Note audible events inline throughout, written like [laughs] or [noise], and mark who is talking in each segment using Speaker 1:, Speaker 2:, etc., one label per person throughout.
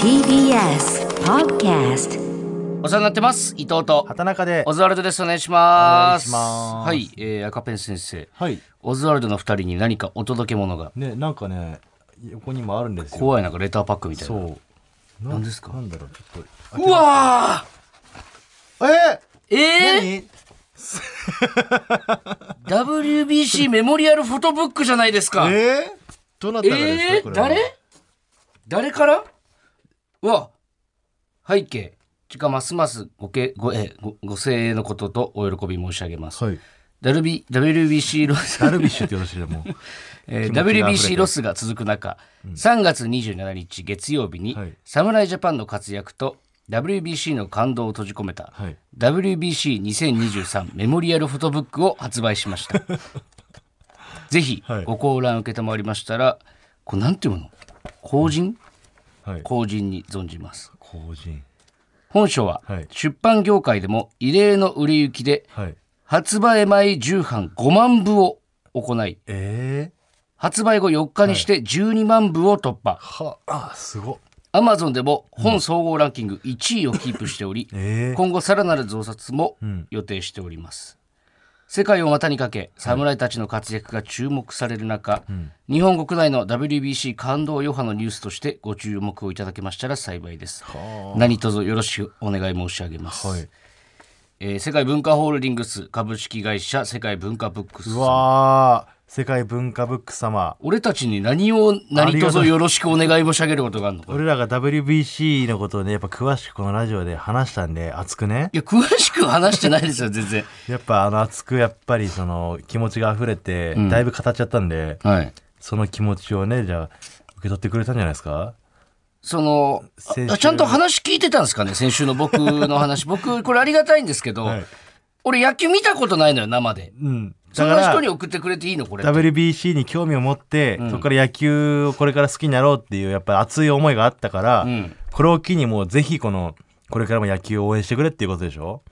Speaker 1: TBS Podcast
Speaker 2: お世話になってます伊藤と
Speaker 3: 畑中で
Speaker 2: オズワルドですお願いします
Speaker 3: お願いし
Speaker 2: はい、えー、赤ペン先生
Speaker 3: はい
Speaker 2: オズワルドの二人に何かお届け物が
Speaker 3: ねなんかね横にもあるんですよ
Speaker 2: 怖いなんかレターパックみたいな
Speaker 3: そう
Speaker 2: 何ですか
Speaker 3: なんだろうちょっ
Speaker 2: うわ
Speaker 3: とえ
Speaker 2: ーえー、
Speaker 3: 何
Speaker 2: WBC メモリアルフォトブックじゃないですかえ
Speaker 3: えーどなたがですか、
Speaker 2: え
Speaker 3: こ
Speaker 2: ー、
Speaker 3: れは
Speaker 2: 誰誰からうわ背景ちかますますごけごえーごご声援のこととお喜び申し上げます、
Speaker 3: はい
Speaker 2: ダルビ WBC ロス
Speaker 3: ダルビッシュってよろしいでもう
Speaker 2: [laughs] えー
Speaker 3: 気持ちが溢れてる
Speaker 2: WBC ロスが続く中、3月27日月曜日に
Speaker 3: はい
Speaker 2: 侍ジャパンの活躍と WBC の感動を閉じ込めた、
Speaker 3: はい
Speaker 2: WBC2023 メモリアルフォトブックを発売しました
Speaker 3: [laughs]
Speaker 2: ぜひ
Speaker 3: はい
Speaker 2: ご高覧受けたまわりましたらこれなんていうの後人
Speaker 3: はい
Speaker 2: 後人に存じます
Speaker 3: 後人
Speaker 2: 本書は
Speaker 3: はい
Speaker 2: 出版業界でも異例の売れ行きで
Speaker 3: はい
Speaker 2: 発売前重版5万部を行い
Speaker 3: え
Speaker 2: 発売後4日にして12万部を突破、
Speaker 3: ー、はあすごっ
Speaker 2: Amazon でも本総合ランキング1位をキープしており、
Speaker 3: [laughs] えー、
Speaker 2: 今後さらなる増刷も
Speaker 3: ん
Speaker 2: 予定しております、世界を股にかけ侍たちの活躍が注目される中、日本国内の WBC 感動余波のニュースとしてご注目をいただけましたら幸いです何卒よろしくお願い申し上げます、
Speaker 3: はい
Speaker 2: えー世界文化ホールディングス株式会社世界文化ブックス
Speaker 3: う
Speaker 2: さん
Speaker 3: わー世界文化ブック様
Speaker 2: 俺たちに何を何卒よろしくお願い申し上げることがあるのか
Speaker 3: 俺らが WBC のことをねやっぱ詳しくこのラジオで話したんで熱くね
Speaker 2: いや詳しく話してないですよ全
Speaker 3: [laughs]
Speaker 2: 然
Speaker 3: やっぱあの熱くやっぱりその気持ちが溢れてだいぶ語っちゃったんで、
Speaker 2: はい
Speaker 3: その気持ちをねじゃあ受け取ってくれたんじゃないですか
Speaker 2: その
Speaker 3: 先週
Speaker 2: あちゃんと話聞いてたんですかね先週の僕の
Speaker 3: [laughs]
Speaker 2: 話僕これありがたいんですけど、
Speaker 3: はい
Speaker 2: 俺野球見たことないのよ生で
Speaker 3: うん
Speaker 2: そ
Speaker 3: だ
Speaker 2: ん
Speaker 3: か
Speaker 2: な人
Speaker 3: ら
Speaker 2: に送ってくれていいのこれ
Speaker 3: WBC に興味を持って、そこから野球をこれから好きになろうっていうやっぱ熱い思いがあったから、
Speaker 2: ん
Speaker 3: これを機にもうぜひこのこれからも野球を応援してくれっていうことでしょ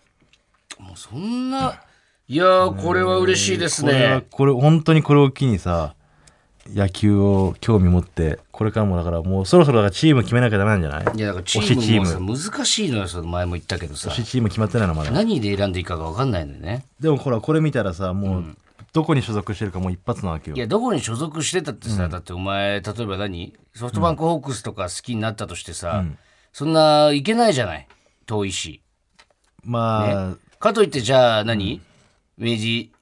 Speaker 2: もうそんないやーこれは嬉しいです
Speaker 3: これは
Speaker 2: ね
Speaker 3: これ本当にこれを機にさ野球を興味持ってこれからもだからもうそろそろだからチーム決めなきゃダメなんじゃない
Speaker 2: いやだからチ
Speaker 3: 推しチ
Speaker 2: ー
Speaker 3: ー
Speaker 2: ム
Speaker 3: ム
Speaker 2: もさ難しいのよその前も言ったけどさ
Speaker 3: 推しチーム決まってないのまだ
Speaker 2: 何で選んでいいかが分かんないのよね
Speaker 3: でもほらこれ見たらさもう、どこに所属してるかもう一発なわけよ
Speaker 2: いやどこに所属してたってさ、だってお前例えば何ソフトバンクホークスとか好きになったとしてさ、そんないけないじゃない遠いし
Speaker 3: まあ、
Speaker 2: かといってじゃあ何、明治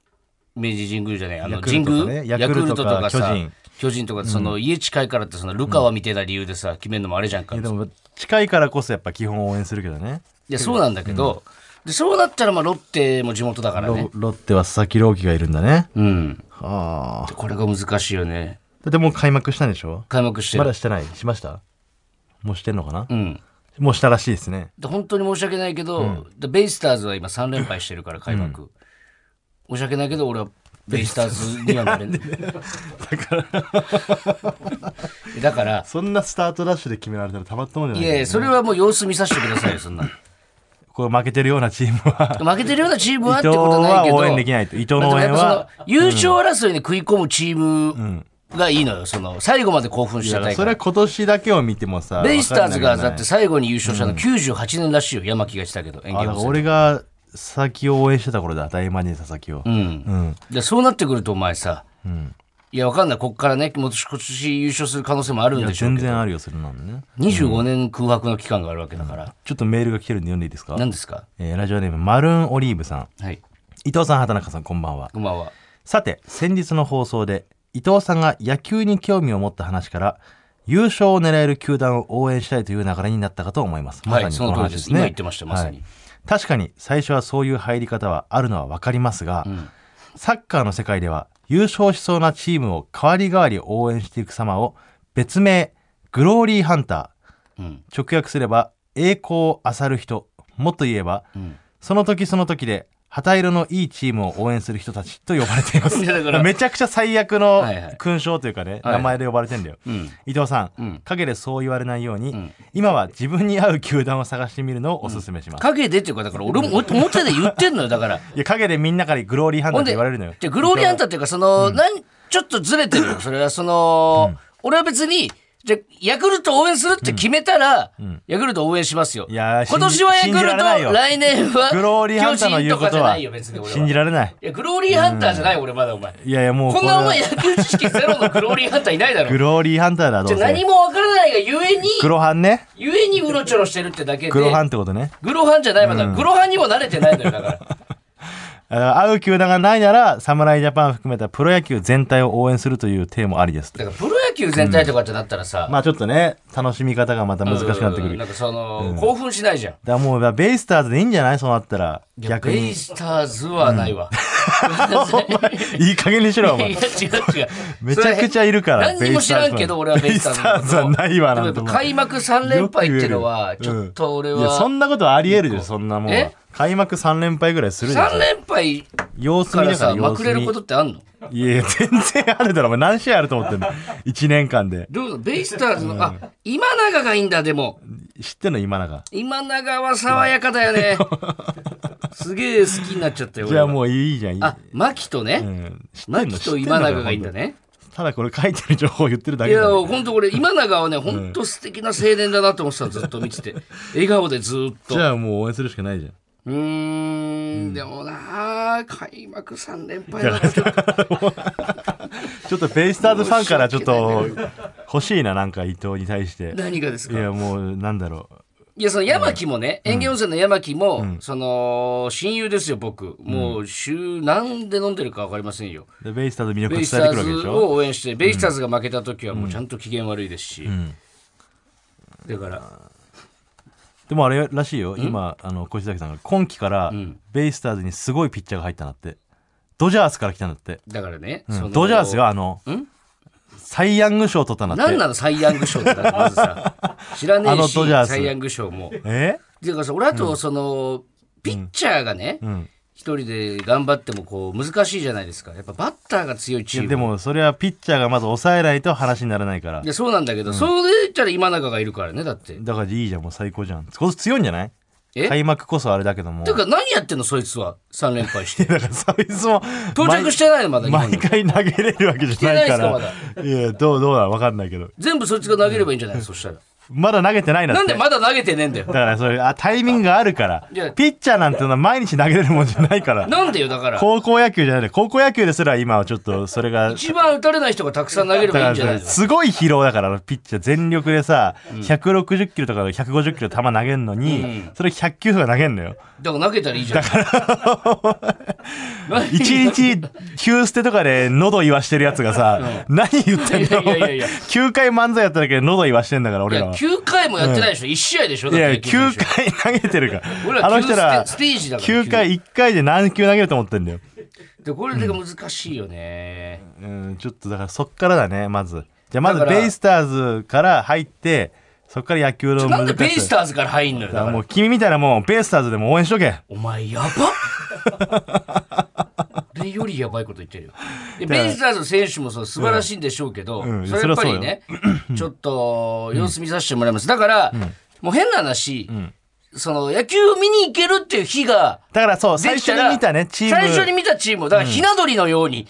Speaker 2: 明治神宮じゃないあの
Speaker 3: ヤク
Speaker 2: 神
Speaker 3: ルトとか
Speaker 2: 宮
Speaker 3: ねヤクルトとか
Speaker 2: さ
Speaker 3: 巨人
Speaker 2: 巨人とかその、家近いからってそのルカワみたいな理由でさ決めるのもあれじゃんか、
Speaker 3: いや
Speaker 2: い
Speaker 3: でも近いからこそやっぱ基本応援するけどね
Speaker 2: やそうなんだけど、でそうなったらまあロッテも地元だからね
Speaker 3: ロロッテは佐々木朗希がいるんだね
Speaker 2: うん
Speaker 3: はあ
Speaker 2: これが難しいよね
Speaker 3: だってもう開幕したんでしょ
Speaker 2: 開幕して
Speaker 3: ま
Speaker 2: る、
Speaker 3: だしてないしましたもうしてんのかな、
Speaker 2: うん
Speaker 3: もうしたらしいですね
Speaker 2: で本当に申し訳ないけど、でベイスターズは今3連敗してるから開幕、申し訳ないけど俺はベイスターズにはなれないだから
Speaker 3: そんなスタートダッシュで決められたらたまったもんじ
Speaker 2: いやいやそれはもう様子見させてくださいよそんなの
Speaker 3: こう負けてるようなチームは
Speaker 2: 負けてるようなチームは
Speaker 3: 伊
Speaker 2: って
Speaker 3: 藤
Speaker 2: ことないけど
Speaker 3: は応援できないと伊藤の応
Speaker 2: や
Speaker 3: 援
Speaker 2: っぱ
Speaker 3: は
Speaker 2: その優勝争いに食い込むチームがいいのよその最後まで興奮し
Speaker 3: い
Speaker 2: ちゃい
Speaker 3: や
Speaker 2: か
Speaker 3: それ
Speaker 2: ら
Speaker 3: は今年だけを見てもさ
Speaker 2: ベイスターズが
Speaker 3: わか
Speaker 2: だっ
Speaker 3: んない
Speaker 2: て最後に優勝したの98年らしいよ山木がしたけど演
Speaker 3: あ
Speaker 2: 技
Speaker 3: だ
Speaker 2: を
Speaker 3: から俺が佐々木を応援してた頃だ大魔神佐々木を、うん
Speaker 2: でそうなってくるとお前さ、いやわかんないこっからねもう今年優勝する可能性もあるんでしょう
Speaker 3: 全
Speaker 2: けど
Speaker 3: 然あるよそれなのね
Speaker 2: 25年空白の期間があるわけだから、
Speaker 3: ちょっとメールが来てるんで読んでいいですか
Speaker 2: 何ですか
Speaker 3: えーラジオネームマルーンオリーブさん
Speaker 2: はい
Speaker 3: 伊藤さん畑中さんこんばんは
Speaker 2: こんばんは
Speaker 3: さて先日の放送で伊藤さんが野球に興味を持った話から優勝を狙える球団を応援したいという流れになったかと思います
Speaker 2: はい
Speaker 3: まさにこの話です
Speaker 2: その通りです今
Speaker 3: ね
Speaker 2: 言ってましたまさに
Speaker 3: はい確かに最初はそういう入り方はあるのはわかりますが、サッカーの世界では優勝しそうなチームを代わり代わり応援していく様を別名グローリーハンター、
Speaker 2: うん
Speaker 3: 直訳すれば栄光を漁る人もっと言えば、その時その時で旗色のいいチームを応援する人たちと呼ばれています
Speaker 2: [laughs] いやだから
Speaker 3: めちゃくちゃ最悪の
Speaker 2: はいはい
Speaker 3: 勲章というかね、
Speaker 2: はい
Speaker 3: 名前で呼ばれてんだよ、
Speaker 2: ん
Speaker 3: 伊藤さん、
Speaker 2: ん
Speaker 3: 陰でそう言われないように、今は自分に合う球団を探してみるのをおすすめします、
Speaker 2: 陰でっていうかだから俺も表で言ってんのよだから
Speaker 3: いや陰でみんなからグローリーハンターって言われるのよ
Speaker 2: じゃあグローリーハンターっていうか、その、なん、ちょっとずれてるよ。それは、その、俺は別に、じゃあヤクルト応援するって決めたら、ヤクルト応援しますよ。
Speaker 3: いやー
Speaker 2: 今年はヤク
Speaker 3: 信じられない
Speaker 2: ル
Speaker 3: よ
Speaker 2: ト、来年は
Speaker 3: グローリーハンターの
Speaker 2: 巨人
Speaker 3: 言う
Speaker 2: と
Speaker 3: こ
Speaker 2: かじ
Speaker 3: と
Speaker 2: ゃな
Speaker 3: はい
Speaker 2: よ、別に俺は。
Speaker 3: 信じられない。
Speaker 2: いや、グローリーハンターじゃない、俺まだお前。
Speaker 3: いやいやもう
Speaker 2: こん
Speaker 3: れ
Speaker 2: な
Speaker 3: は
Speaker 2: お前野球知識ゼロのグローリーハンターいないだろ
Speaker 3: グ。ローリーハンターだど
Speaker 2: じゃ
Speaker 3: う
Speaker 2: あ何
Speaker 3: せ。
Speaker 2: もわからないがゆえに、
Speaker 3: グロハンね。
Speaker 2: ゆえにうろちょろしてるってだけで。
Speaker 3: グロハンってことね。
Speaker 2: グロハンじゃないまだ、グロハンにも慣れてないのよだから。
Speaker 3: あ合う球団がないなら、侍ジャパン含めたプロ野球全体を応援するというテーマありですと
Speaker 2: だからプロ野球全体とかってなったらさ、
Speaker 3: まあちょっとね、楽しみ方がまた難しくなってく
Speaker 2: うん
Speaker 3: る。
Speaker 2: な
Speaker 3: だ
Speaker 2: ん
Speaker 3: か
Speaker 2: かその、興奮しないじゃん。
Speaker 3: らもう、ベイスターズでいいんじゃないそうなったら、
Speaker 2: いや
Speaker 3: 逆
Speaker 2: ベ
Speaker 3: に
Speaker 2: イ。スターズはないわ。
Speaker 3: [laughs] いい加減にしろ、
Speaker 2: [laughs]
Speaker 3: お
Speaker 2: いや違う
Speaker 3: 前。
Speaker 2: 違う。
Speaker 3: [laughs] めちゃくちゃいるか
Speaker 2: そ
Speaker 3: ら
Speaker 2: れ何にも知らんけど、俺はベイスターズのこと。
Speaker 3: ベイスターズはないわなんて
Speaker 2: でもやっぱ開幕3連敗ってのは、ちょっと俺
Speaker 3: いや、そ
Speaker 2: は。
Speaker 3: んなことあり得るよ、そんなもんは
Speaker 2: え。
Speaker 3: 開幕3連敗ぐらいするでし
Speaker 2: 3
Speaker 3: ょ。
Speaker 2: 連敗
Speaker 3: 様子
Speaker 2: か
Speaker 3: 見
Speaker 2: ら
Speaker 3: だから
Speaker 2: さ、ま
Speaker 3: 様
Speaker 2: く
Speaker 3: 子
Speaker 2: れる
Speaker 3: 見
Speaker 2: ことってあんの
Speaker 3: いやいや、全然あるだろ、お前何試合あると思ってんの。1年間で。
Speaker 2: どうぞベイスターズの、あ、今永がいいんだ、でも。
Speaker 3: 知ってんの、今永。
Speaker 2: 今永は爽やかだよね。すげえ好きになっちゃったよ。
Speaker 3: じゃあ
Speaker 2: う。
Speaker 3: もういいじゃん。いい
Speaker 2: あ、牧と
Speaker 3: う
Speaker 2: ね。
Speaker 3: ん知ってんの
Speaker 2: 牧と今永がいいんだ。ね。
Speaker 3: 知ってんのか本当ただこれ書いてる情報を言ってるだ
Speaker 2: い
Speaker 3: けだ
Speaker 2: や、
Speaker 3: よ。
Speaker 2: 本当俺、今永はね、本当素敵な青年だなと思
Speaker 3: [laughs]
Speaker 2: ってたの、ずっと見てて。笑顔でずっと。
Speaker 3: じゃあもう応援するしかないじゃん。
Speaker 2: うーん、でもなあ、開幕3連敗だとちょっと
Speaker 3: ちょっとベイスターズファンからちょっ
Speaker 2: [laughs]
Speaker 3: と欲しいな、なんか伊藤に対して。
Speaker 2: 何がです
Speaker 3: い
Speaker 2: か
Speaker 3: や、もうなんだろ
Speaker 2: いや、その山木もね、園芸温泉の山木も、その、親友ですよ、僕。もう、週、なんで飲んでるか分かりませんよ。
Speaker 3: う。でベイスターズの魅力
Speaker 2: ベ
Speaker 3: が
Speaker 2: イ
Speaker 3: 伝
Speaker 2: スタ
Speaker 3: えてくるわけ
Speaker 2: ー
Speaker 3: でし
Speaker 2: ズ
Speaker 3: ょ。
Speaker 2: を応援して、ベイスターズが負けた時はもうちゃんと機嫌悪いですし。だから、
Speaker 3: でもあれらしいよ、今、あの小石崎さんが今季からベイスターズにすごいピッチャーが入ったんだって。ドジャースから来たんだって。
Speaker 2: だからね、
Speaker 3: うん
Speaker 2: その
Speaker 3: ドジャースがあの、サイ・ヤング賞を取ったんだって。
Speaker 2: 何なのサイ・ヤング賞ってだってまずさ知らね
Speaker 3: あ
Speaker 2: え
Speaker 3: の
Speaker 2: し
Speaker 3: ドジャース
Speaker 2: サイ・ヤング賞も。
Speaker 3: え
Speaker 2: ていうかさ俺あとその、ピッチャーがね、一人で頑張ってもこう難しいじゃないですかやっぱバッターが強いチーム
Speaker 3: でもそれはピッチャーがまず抑えないと話にならないから
Speaker 2: い。やそうなんだけど、それで言ったら今永がいるからねだって
Speaker 3: だからいいじゃん、もう最高じゃん。こそ強いんじゃない
Speaker 2: え
Speaker 3: 開幕こそあれだけども。
Speaker 2: てか何やってんのそいつは3連敗して
Speaker 3: [laughs] だからそいつも
Speaker 2: 到着してないのまだ日本
Speaker 3: 毎
Speaker 2: に
Speaker 3: 回投げれるわけじゃないから。
Speaker 2: 来てないです
Speaker 3: いや、どうどうだわかんないけど。
Speaker 2: 全部そいつが投げればいいんじゃないそしたら
Speaker 3: まだ投げてないなって。
Speaker 2: なんでまだ投げてねえんだよ
Speaker 3: [laughs] だからそれあタイミングがあるから
Speaker 2: いや
Speaker 3: ピッチャーなんてのは毎日投げれるもんじゃないから
Speaker 2: なんでよだから
Speaker 3: 高校野球じゃないで高校野球ですら今はちょっとそれが
Speaker 2: 一番打たれない人がたくさん投げれ
Speaker 3: だ
Speaker 2: ばいい
Speaker 3: か
Speaker 2: んじゃない
Speaker 3: ら
Speaker 2: の
Speaker 3: すごい疲労だからあのピッチャー全力でさ160キロとか150キロ球投げるのに、それ100球とか投げん
Speaker 2: [laughs]
Speaker 3: のよ
Speaker 2: だから投げたらいいじゃん何
Speaker 3: 1日休捨てとかで喉言わしてるやつがさ、何言ってんだ
Speaker 2: いやいやいやいや
Speaker 3: 9回漫才やっただけで喉言わしてんだから
Speaker 2: い
Speaker 3: 俺ら
Speaker 2: や
Speaker 3: は。
Speaker 2: 9回もやってないでしょ、一1試合でしょ
Speaker 3: い
Speaker 2: だ
Speaker 3: や、
Speaker 2: って
Speaker 3: 9回投げてるか
Speaker 2: 俺
Speaker 3: ら。
Speaker 2: ら
Speaker 3: あの人ら、
Speaker 2: ステージだから
Speaker 3: 9回、1回で何球投げると思ってんだよ。
Speaker 2: でこれで難しいよね、
Speaker 3: うん、ちょっとだからそっからだね、まず。じゃあまず
Speaker 2: だから
Speaker 3: ベイスターズから入って、そっから野球の
Speaker 2: なん
Speaker 3: 難
Speaker 2: で
Speaker 3: しさ。
Speaker 2: ベイスターズから入んのよ
Speaker 3: だ
Speaker 2: だ
Speaker 3: か
Speaker 2: から
Speaker 3: も
Speaker 2: ら
Speaker 3: う君みたいなもん、ベイスターズでも応援しとけ。
Speaker 2: お前やばっ俺よりやばいこと言ってるよでベイスターズの選手もそう素晴らしいんでしょうけど、
Speaker 3: んうん
Speaker 2: それはやっぱりねちょっと様子見させてもらいますだから、もう変な話、その野球を見に行けるっていう日が
Speaker 3: だからそう、
Speaker 2: で
Speaker 3: 最
Speaker 2: きた
Speaker 3: 初
Speaker 2: ら
Speaker 3: に見たね、チーム。
Speaker 2: 最初に見たチームをだからひな鳥のように、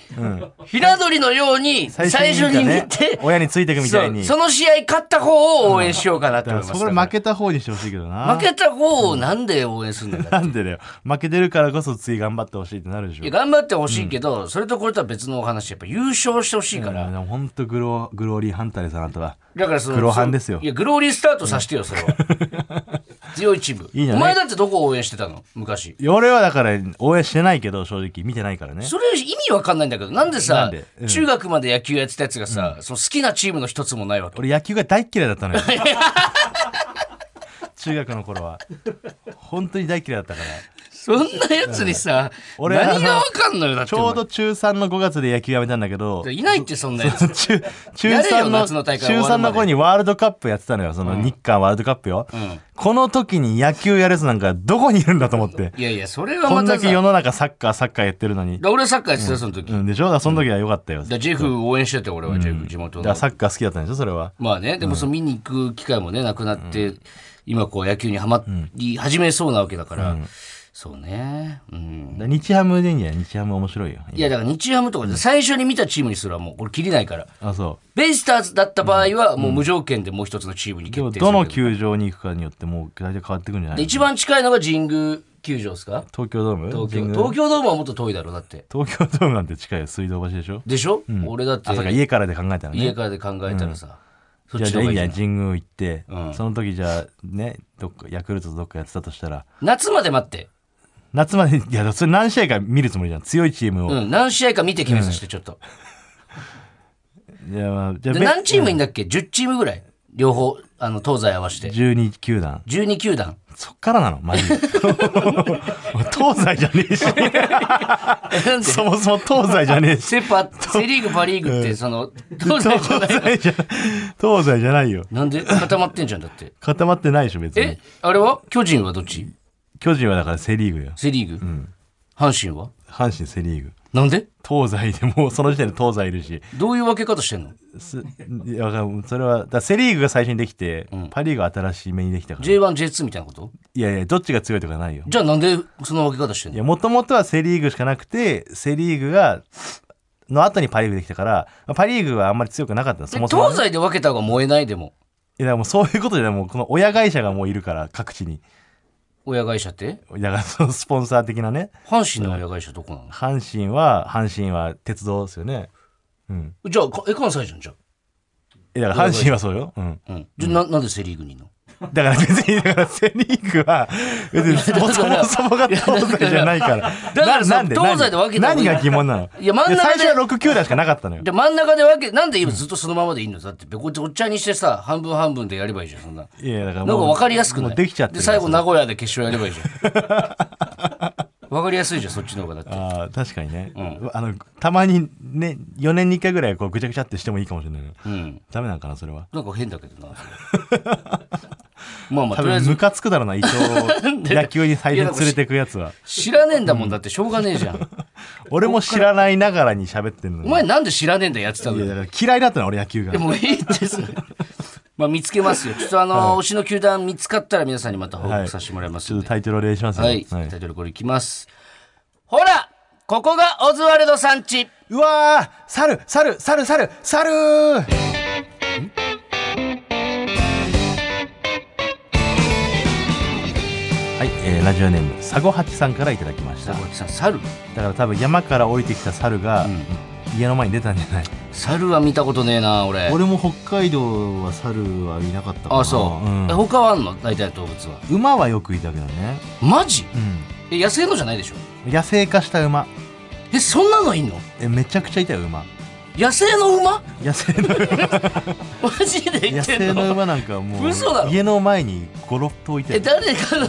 Speaker 2: ひな鳥のように最初に見
Speaker 3: ね
Speaker 2: て
Speaker 3: 親についてくみたいに。
Speaker 2: そうその試合勝った方を応援しようかなと思います、
Speaker 3: そこで負けた方にしてほしいけどな。
Speaker 2: 負けた方をなんで応援するんだよだって
Speaker 3: なんでだよ。負けてるからこそ次頑張ってほしいってなるでしょ。
Speaker 2: いや頑張ってほしいけど、それとこれとは別のお話やっぱ優勝してほしいから、
Speaker 3: うんでもほんとグログローリーハンターですあなたは。
Speaker 2: だからその
Speaker 3: 黒ハンですよ
Speaker 2: いやグローリースタートさせてよそれは強いチーム
Speaker 3: [laughs] いいじゃな
Speaker 2: お
Speaker 3: い
Speaker 2: 前だってどこ応援してたの昔
Speaker 3: 俺はだから応援してないけど正直見てないからね。
Speaker 2: それ意味わかんないんだけどなんでさ
Speaker 3: なんでうん
Speaker 2: 中学まで野球やってたやつがさ、その好きなチームの一つもないわけ
Speaker 3: 俺野球が大っ嫌いだったの
Speaker 2: [laughs]
Speaker 3: よ。中学の頃は。本当に大嫌いだったから。
Speaker 2: そんなやつにさ、
Speaker 3: [laughs] 俺は
Speaker 2: 何がわかんのよだって
Speaker 3: ちょうど中3の5月で野球やめたんだけど。
Speaker 2: いないってそんなやつ
Speaker 3: 中中
Speaker 2: やれよ
Speaker 3: 3の
Speaker 2: 夏の大会終
Speaker 3: 中
Speaker 2: わるまで
Speaker 3: 3の頃にワールドカップやってたのよその日韓ワールドカップよ、この時に野球やるやつなんかどこにいるんだと思って
Speaker 2: いやいやそれは
Speaker 3: こ
Speaker 2: ま
Speaker 3: ん
Speaker 2: た
Speaker 3: だ
Speaker 2: さ
Speaker 3: け世の中サッカーサッカーやってるのに、
Speaker 2: だ俺はサッカーやってたよその時、
Speaker 3: うん、でしょだからその時は良かったよ、
Speaker 2: だ
Speaker 3: だか
Speaker 2: ジェフ応援してて俺はジェフ地元の
Speaker 3: らサッカー好きだったんでしょそれは
Speaker 2: まあね、でもその見に行く機会もね、なくなって、今こう野球にはまり始めそうなわけだから、そうね。うん。
Speaker 3: だ日ハムでいいんじゃない日ハム面白いよ。
Speaker 2: いや、だから日ハムとかで最初に見たチームにすらもう、これ切りないから。
Speaker 3: あ、そ
Speaker 2: ベイスターズだった場合は、もう無条件でもう一つのチームに
Speaker 3: う。で
Speaker 2: 決
Speaker 3: も
Speaker 2: 定するけど。
Speaker 3: どの球場に行くかによってもう大体変わってくるんじゃな
Speaker 2: で
Speaker 3: い
Speaker 2: 一番近いのが神宮球場ですか
Speaker 3: 東京ドーム
Speaker 2: 東京
Speaker 3: 神宮
Speaker 2: 東京ドームはもっと遠いだろうだって
Speaker 3: 東京ドームなんて近いよ水道橋でしょ
Speaker 2: でしょ、俺だって
Speaker 3: あ、そうか、家からで考えたらね。
Speaker 2: 家からで考えたらさ、そ
Speaker 3: じ
Speaker 2: っ
Speaker 3: ゃあ
Speaker 2: ち
Speaker 3: じ
Speaker 2: の
Speaker 3: ゃあい
Speaker 2: 方が
Speaker 3: いんじ
Speaker 2: いい
Speaker 3: ゃない
Speaker 2: な
Speaker 3: 神宮行って、
Speaker 2: うん
Speaker 3: その時じゃあねどっかヤクルトとどっかやってたとしたら
Speaker 2: 夏まで待って、
Speaker 3: 夏までい [laughs] やそれ何試合か見るつもりじゃん強いチームを、
Speaker 2: うん、何試合か見て決めさせてちょっと、
Speaker 3: じゃあまあじゃあ
Speaker 2: で
Speaker 3: べ
Speaker 2: 何チームいんだっけ10チームぐらい両方あの東西合わせて
Speaker 3: 12球団
Speaker 2: 12球
Speaker 3: [laughs]
Speaker 2: 団
Speaker 3: そっからなの
Speaker 2: [laughs]
Speaker 3: マジで [laughs] 東西じゃねえし
Speaker 2: なんで
Speaker 3: そもそも東西じゃねえし
Speaker 2: セ・パセ・リーグパ・リーグってその東西
Speaker 3: 東
Speaker 2: じゃない
Speaker 3: 西じゃ東西じゃないよ
Speaker 2: なんで固まってんじゃんだって
Speaker 3: 固まってないでしょ別
Speaker 2: え
Speaker 3: に
Speaker 2: あれは巨人はどっち
Speaker 3: 巨人はだからセ・リーグよ
Speaker 2: セ・リーグ、阪神は
Speaker 3: 阪神セ・リーグ
Speaker 2: なんで
Speaker 3: 東西でもうその時点で東西いるし
Speaker 2: どういう分け方してんの
Speaker 3: すいやわかんそれはだからセ・リーグが最初にできて、パ・リーグは新しい目にできたから
Speaker 2: J1J2 みたいなこと
Speaker 3: いやいや、どっちが強いとかないよ。
Speaker 2: じゃあなんでその分け方してん
Speaker 3: い
Speaker 2: の
Speaker 3: や、もともとはセ・リーグしかなくて、セ・リーグが、の後にパ・リーグできたから、まあパ・リーグはあんまり強くなかったのそ
Speaker 2: で
Speaker 3: もそもね、
Speaker 2: 東西で分けた方が燃えないでも
Speaker 3: いや、もうそういうことじゃない、もうこの親会社がもういるから、各地に。
Speaker 2: 親会社って
Speaker 3: だから、そのスポンサー的なね、
Speaker 2: 阪神の親会社どこなの、
Speaker 3: 阪神は、阪神は鉄道ですよね。うん。
Speaker 2: じゃあかえ関西じゃんじゃ
Speaker 3: いやだから、阪神はそうよ。うん。
Speaker 2: あ、うん、じゃあななんでセ・リーグにいんの
Speaker 3: だから別に、だからセ・リーグは、別にそもそもそもが東西じゃないから。
Speaker 2: だからさ
Speaker 3: ななんで
Speaker 2: 東西で分けた方がい
Speaker 3: 何
Speaker 2: い
Speaker 3: が疑問なの
Speaker 2: いや真ん中で
Speaker 3: 最初は6球団しかなかったのよ。
Speaker 2: じゃあ真ん中で分けなんで今ずっとそのままでいいのだってこっちおっちゃにしてさ半分半分でやればいいじゃんそんない
Speaker 3: や、だから
Speaker 2: なんか分かりやすくない
Speaker 3: もうできちゃって
Speaker 2: で
Speaker 3: る
Speaker 2: 最後名古屋で決勝やればいいじゃん分かりやすいじゃんそっちの方がだって
Speaker 3: あー確かにね、あのたまにね4年に1回ぐらいこうぐちゃぐちゃってしてもいいかもしれないね
Speaker 2: うん
Speaker 3: ダメなんかなそれは
Speaker 2: なんか変だけどなまあまあ
Speaker 3: 多
Speaker 2: とりあえ
Speaker 3: 分
Speaker 2: ず
Speaker 3: ムカつくだろうな伊藤
Speaker 2: [laughs]
Speaker 3: を野球に最初に連れてくやつは
Speaker 2: 知らねえんだもんだってしょうがねえじゃん
Speaker 3: 俺も知らないながらに喋ってんの
Speaker 2: お
Speaker 3: に
Speaker 2: 前なんで知らねえんだよやってたの
Speaker 3: いや
Speaker 2: よ
Speaker 3: だから嫌いだったの俺野球が
Speaker 2: でもいいですねまあ見つけますよちょっとあの、推しの球団見つかったら皆さんにまた報告させてもらいます
Speaker 3: ちょ
Speaker 2: ん
Speaker 3: っ
Speaker 2: で
Speaker 3: とタイトルお願いしますね
Speaker 2: はい、タイトルこれいきますほらここがオズワルドさんち
Speaker 3: うわー猿猿猿猿猿はい、えーラジオネーム佐ゴ八さんからいただきました
Speaker 2: 坂口さん猿
Speaker 3: だから多分山から降りてきた猿が、家の前に出たんじゃない
Speaker 2: 猿は見たことねえな俺
Speaker 3: 俺も北海道は猿はいなかったかな
Speaker 2: あそう、
Speaker 3: ん
Speaker 2: え他はあんの大体動物は
Speaker 3: 馬はよくいたけどね、
Speaker 2: マジえ野生のじゃないでしょ
Speaker 3: 野生化した馬
Speaker 2: えそんなのいんの
Speaker 3: えめちゃくちゃいたよ馬
Speaker 2: 野生の馬 [laughs]
Speaker 3: 野生の
Speaker 2: マジで言
Speaker 3: 野
Speaker 2: って
Speaker 3: 生
Speaker 2: ん
Speaker 3: の
Speaker 2: の
Speaker 3: 馬なんかもう
Speaker 2: 嘘だろ
Speaker 3: 家の前に56頭いた
Speaker 2: え
Speaker 3: よ
Speaker 2: 誰かの、
Speaker 3: ん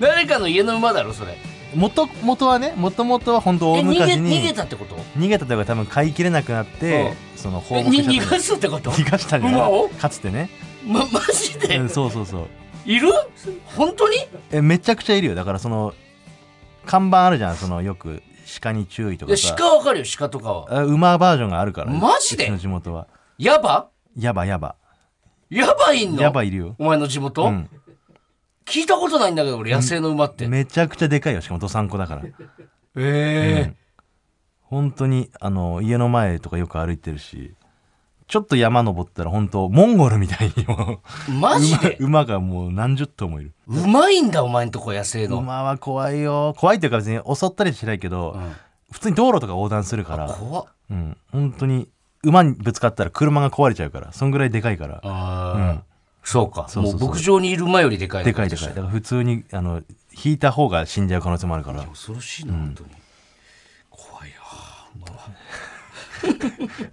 Speaker 2: 誰かの家の馬だろそれ
Speaker 3: もともとはねもともとは本当
Speaker 2: え
Speaker 3: 大
Speaker 2: 逃げ
Speaker 3: 昔
Speaker 2: 逃げ
Speaker 3: に
Speaker 2: たってこと
Speaker 3: 逃げたというか多分飼いきれなくなってその放
Speaker 2: え
Speaker 3: 牧
Speaker 2: に逃
Speaker 3: しちゃっ
Speaker 2: が
Speaker 3: た
Speaker 2: すってこと
Speaker 3: 逃がしたんじゃ
Speaker 2: 馬を
Speaker 3: ないかつてね、
Speaker 2: ま、マジで、
Speaker 3: うん、そうそうそう
Speaker 2: いる本当に
Speaker 3: えめちゃくちゃいるよだからその看板あるじゃんそのよく鹿に注意と
Speaker 2: い
Speaker 3: か
Speaker 2: や
Speaker 3: さ
Speaker 2: 鹿わかるよ鹿とかは
Speaker 3: あ馬バージョンがあるから
Speaker 2: マジで
Speaker 3: うちの地元は
Speaker 2: ヤバ
Speaker 3: やばやば
Speaker 2: ヤバいんの
Speaker 3: やばいるよ、
Speaker 2: お前の地元、
Speaker 3: うん、
Speaker 2: 聞いたことないんだけど俺野生の馬って、
Speaker 3: めちゃくちゃでかいよしかもどさんこだから
Speaker 2: え
Speaker 3: 本当にあの家の前とかよく歩いてるしちょっと山登ったら本当モンゴルみたいにも
Speaker 2: えマジで
Speaker 3: う馬馬がもう何十頭もいる
Speaker 2: うまいんだお前んとこ野生の、
Speaker 3: 馬は怖いよ怖いっていうか別に襲ったりはしないけど、
Speaker 2: ん
Speaker 3: 普通に道路とか横断するから
Speaker 2: 怖っ
Speaker 3: うん本当に馬にぶつかったら車が壊れちゃうからそんぐらいでかいから
Speaker 2: あーそうか
Speaker 3: そうそうそう
Speaker 2: もう牧場にいる馬よりでかいの
Speaker 3: でかいでかいだから普通にあの引いた方が死んじゃう可能性もあるから
Speaker 2: 恐ろしいな本当に、怖いよ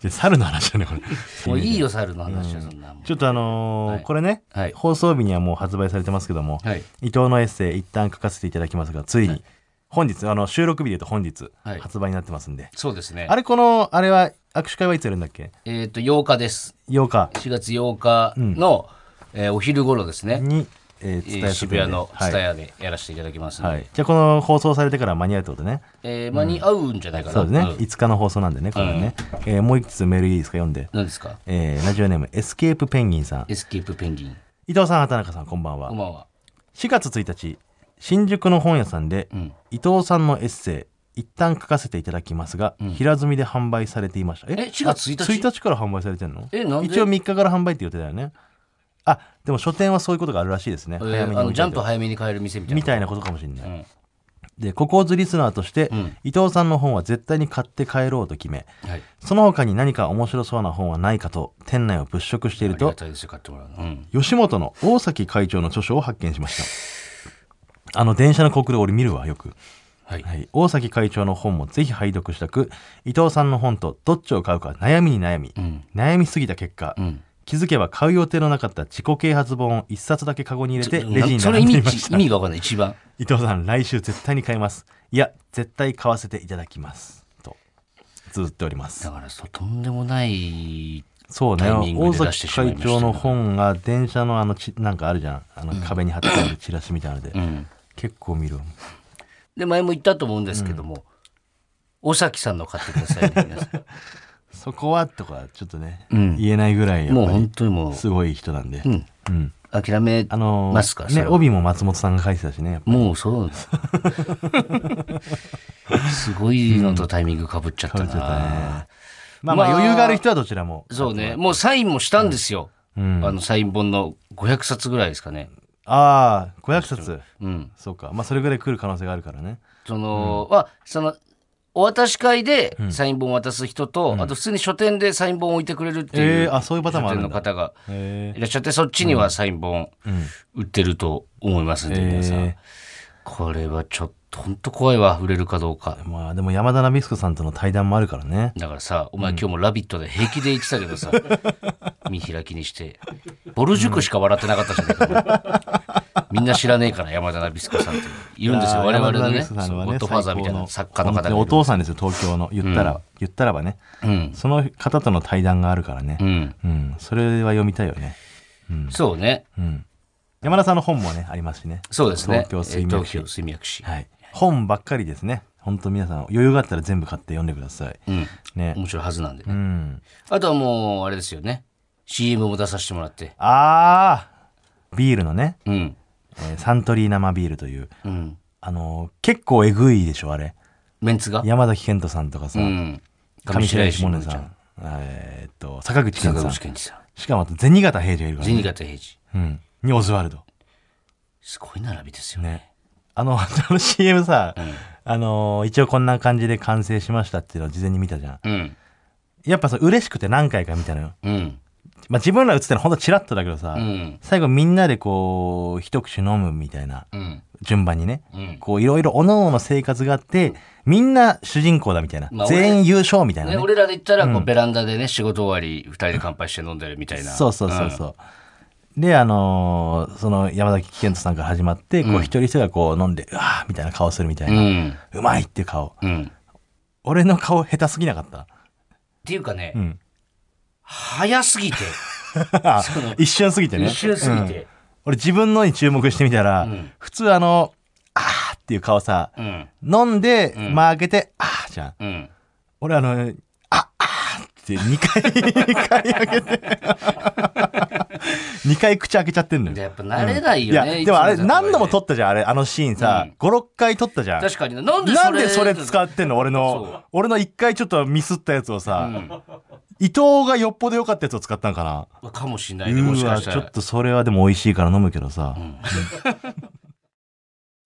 Speaker 3: で猿の話だねこれ
Speaker 2: もういいよ猿の話はそんなもん、
Speaker 3: ちょっとあのー
Speaker 2: はい
Speaker 3: これね、
Speaker 2: はい
Speaker 3: 放送日にはもう発売されてますけども、
Speaker 2: はい
Speaker 3: 伊藤のエッセイ一旦書かせていただきますがついに、本日あの収録日で言うと本日、
Speaker 2: はい
Speaker 3: 発売になってますんで
Speaker 2: そうですね
Speaker 3: あれこのあれは握手会はいつやるんだっけ
Speaker 2: えっ、と8日です
Speaker 3: 8日
Speaker 2: 4月8日の、えーお昼頃ですね、
Speaker 3: に、
Speaker 2: え
Speaker 3: えー、
Speaker 2: ー
Speaker 3: 伝え
Speaker 2: 渋谷の
Speaker 3: は
Speaker 2: 蔦
Speaker 3: い
Speaker 2: 屋でやらせていただきますので、
Speaker 3: はい、じゃあこの放送されてから間に合うってことね
Speaker 2: えー間に合うんじゃないかな。
Speaker 3: そうですね、
Speaker 2: ん
Speaker 3: 5日の放送なんでねこれね、えーもう一つメールいいですか読んで、
Speaker 2: 何ですか
Speaker 3: えーラジオネームエスケープペンギンさん
Speaker 2: エスケープペンギン。
Speaker 3: 伊藤さん畑中さんこんばんは
Speaker 2: こんばんは。
Speaker 3: 4月1日新宿の本屋さんで、
Speaker 2: ん
Speaker 3: 伊藤さんのエッセイ一旦書かせていただきますが、平積みで販売されていました
Speaker 2: え4月1日
Speaker 3: あ1日から販売されてんの
Speaker 2: えなんで
Speaker 3: 一応3日から販売って言ってたよねあでも書店はそういうことがあるらしいですね、
Speaker 2: えー
Speaker 3: 早めに
Speaker 2: あ
Speaker 3: 置
Speaker 2: の
Speaker 3: い
Speaker 2: ジャ
Speaker 3: とい
Speaker 2: ン
Speaker 3: て
Speaker 2: プ早めに買える店みたいな
Speaker 3: みたいなことかもしれない、
Speaker 2: うん
Speaker 3: でココーズリスナーとして、伊藤さんの本は絶対に買って帰ろうと決め
Speaker 2: はい
Speaker 3: その他に何か面白そうな本はないかと店内を物色してい
Speaker 2: あ
Speaker 3: る
Speaker 2: りが
Speaker 3: と
Speaker 2: たいですよ買ってもらうの、うん、
Speaker 3: 吉本の大崎会長の著書を発見しましたあの電車の国で俺見るわよく、
Speaker 2: はい、
Speaker 3: はい、大崎会長の本もぜひ拝読したく伊藤さんの本とどっちを買うか悩みに悩み、
Speaker 2: うん
Speaker 3: 悩みすぎた結果、
Speaker 2: うん
Speaker 3: 気づけば買う予定のなかった自己啓発本を一冊だけカゴに入れてレジに
Speaker 2: それ
Speaker 3: 並
Speaker 2: 意味
Speaker 3: んでいました
Speaker 2: 意味が分かんない一番
Speaker 3: [laughs] 伊藤さん来週絶対に買いますいや絶対買わせていただきますと綴っておりま
Speaker 2: だ
Speaker 3: す
Speaker 2: からそうとんでもない
Speaker 3: そうね
Speaker 2: タイミング
Speaker 3: 大
Speaker 2: で出して
Speaker 3: 崎
Speaker 2: しまい
Speaker 3: 会
Speaker 2: ましたね
Speaker 3: 長の本が電車のあのちなんかあるじゃんあの壁に貼ってあるチラシみたいなので、
Speaker 2: ん
Speaker 3: 結構見る
Speaker 2: で前も言ったと思うんですけども、尾崎さんの買ってくださいね皆さ
Speaker 3: [laughs]
Speaker 2: ん
Speaker 3: そこはとかちょっとね、
Speaker 2: ん
Speaker 3: 言えないぐらいや
Speaker 2: も
Speaker 3: っ
Speaker 2: う
Speaker 3: ぱ
Speaker 2: 本
Speaker 3: り
Speaker 2: 当にも
Speaker 3: すごい人なんで、
Speaker 2: う、うん、
Speaker 3: うん
Speaker 2: 諦め
Speaker 3: あのー
Speaker 2: ますから、そ
Speaker 3: ね
Speaker 2: れは
Speaker 3: 帯も松本さんが書いてたしねやっぱ
Speaker 2: もうそうなんです。
Speaker 3: [laughs]
Speaker 2: すごいのとタイミングかぶっちゃったな。
Speaker 3: 被っちゃったねまあま
Speaker 2: ま
Speaker 3: あ
Speaker 2: あ
Speaker 3: 余裕がある人はどちらも
Speaker 2: そうね。もうサインもしたんですよ。
Speaker 3: ん
Speaker 2: あのサイン本の500冊ぐらいですかね。
Speaker 3: ああ500冊
Speaker 2: うん。
Speaker 3: そうかまあそれぐらい来る可能性があるからね
Speaker 2: その、は、その、お渡し会でサイン本を渡す人と、あと普通に書店でサイン本を置いてくれるっていう、
Speaker 3: えーあそういうパターンもあるんだ
Speaker 2: 書店の方が
Speaker 3: へ
Speaker 2: いらっしゃって、そっちにはサイン本売ってると思いますんで、皆さ
Speaker 3: へ
Speaker 2: ん
Speaker 3: ー。
Speaker 2: これはちょっと、本当怖いわ、売れるかどうか。
Speaker 3: まあでも山田ナビスコさんとの対談もあるからね。
Speaker 2: だからさ、お前今日も「ラビット!」で平気で言ってたけど
Speaker 3: [laughs]
Speaker 2: さ、見開きにして、ぼる塾しか笑ってなかったじゃないか、みんな知らねえから、山田ナビスコさんっているんですよ、我々のね、そうゴッドファーザーみたいな作家の方がいる
Speaker 3: お父さんですよ、東京の。言ったら、言ったらばね。
Speaker 2: うん、
Speaker 3: その方との対談があるからね
Speaker 2: う。ん、
Speaker 3: うん、それは読みたいよね。
Speaker 2: そうね、
Speaker 3: うん。山田さんの本もね、ありますしね。
Speaker 2: そうですね、
Speaker 3: 東京水脈
Speaker 2: えー
Speaker 3: 誌
Speaker 2: 東京水脈誌
Speaker 3: はい。本ばっかりですね。本当皆さん、余裕があったら全部買って読んでください。
Speaker 2: うん、
Speaker 3: ね。
Speaker 2: 面白いはずなんで
Speaker 3: う
Speaker 2: ね、
Speaker 3: ん。
Speaker 2: あとはもう、あれですよね、CM も出させてもらって、
Speaker 3: あー、ビールのね、
Speaker 2: うん、
Speaker 3: えーサントリー生ビールという。
Speaker 2: うん、
Speaker 3: あのー結構えぐいでしょ、あれ。
Speaker 2: メンツが、
Speaker 3: 山崎賢人さんとか
Speaker 2: う
Speaker 3: さ、
Speaker 2: ん、
Speaker 3: 上白石
Speaker 2: 萌音
Speaker 3: 萌音さ
Speaker 2: ちゃ
Speaker 3: ん、えーっと、坂口健
Speaker 2: 坂
Speaker 3: さん
Speaker 2: 口、健二さん、
Speaker 3: しかもあと銭形平次がいるから、ね、
Speaker 2: 銭形平次、
Speaker 3: うん。にオズワルド。
Speaker 2: すごい並びですよね
Speaker 3: ね。あの、あの CM さ、あのー、一応こんな感じで完成しましたっていうのを事前に見たじゃん。
Speaker 2: うん。
Speaker 3: やっぱさ、嬉しくて何回か見たのよ。
Speaker 2: うん。
Speaker 3: まあ自分ら映ってるのほんとチラッとだけどさ、
Speaker 2: うん。
Speaker 3: 最後みんなでこう、一口飲むみたいな
Speaker 2: うん。
Speaker 3: 順番にね。
Speaker 2: うん
Speaker 3: こういろいろ各々の生活があって、みんな主人公だみたいな。
Speaker 2: まあ俺
Speaker 3: 全員優勝みたいな
Speaker 2: ね、
Speaker 3: ね。
Speaker 2: 俺らで言ったらこう、ベランダでね仕事終わり二人で乾杯して飲んでるみたいな
Speaker 3: そうそうそうそう。で、あのーその山崎賢人さんから始まって、こう一人一人がこう飲んで、うわーみたいな顔するみたい
Speaker 2: うん、う
Speaker 3: な。
Speaker 2: ん
Speaker 3: うまいっていう顔。
Speaker 2: うんっ
Speaker 3: 俺の顔下手すぎなかった。
Speaker 2: ていうかね、
Speaker 3: うん。
Speaker 2: 早すぎ
Speaker 3: [laughs]
Speaker 2: て
Speaker 3: 一瞬すぎてね。
Speaker 2: 一瞬すぎ
Speaker 3: うん
Speaker 2: て、
Speaker 3: 俺自分のに注目してみたら、
Speaker 2: ん
Speaker 3: 普通あの、あーっていう顔さ、
Speaker 2: うん
Speaker 3: 飲んで、
Speaker 2: ん
Speaker 3: 間開けて、あーじゃん。
Speaker 2: うん
Speaker 3: 俺あの、あ、あーって2回、2回 [laughs] 開けて。2回口開けちゃってんのよ
Speaker 2: で。やっぱ慣れない
Speaker 3: い
Speaker 2: よ
Speaker 3: や、
Speaker 2: ね、
Speaker 3: でもあれ何度も
Speaker 2: と
Speaker 3: 撮ったじゃん、あれ、あのシーンさ
Speaker 2: うん、
Speaker 3: 5、6回撮ったじゃん。
Speaker 2: 確かにななんでそれ
Speaker 3: なんでそれ使ってんの俺
Speaker 2: そ
Speaker 3: の
Speaker 2: う、
Speaker 3: 俺の1回ちょっとミスったやつをさ、
Speaker 2: う
Speaker 3: 伊藤がよっぽど良かったやつを使ったんかな。
Speaker 2: ん、かもしれな
Speaker 3: う
Speaker 2: いねもし
Speaker 3: ー
Speaker 2: か
Speaker 3: わ、
Speaker 2: し
Speaker 3: ち
Speaker 2: たら
Speaker 3: ょっとそれはでも美味しいから飲むけどさ、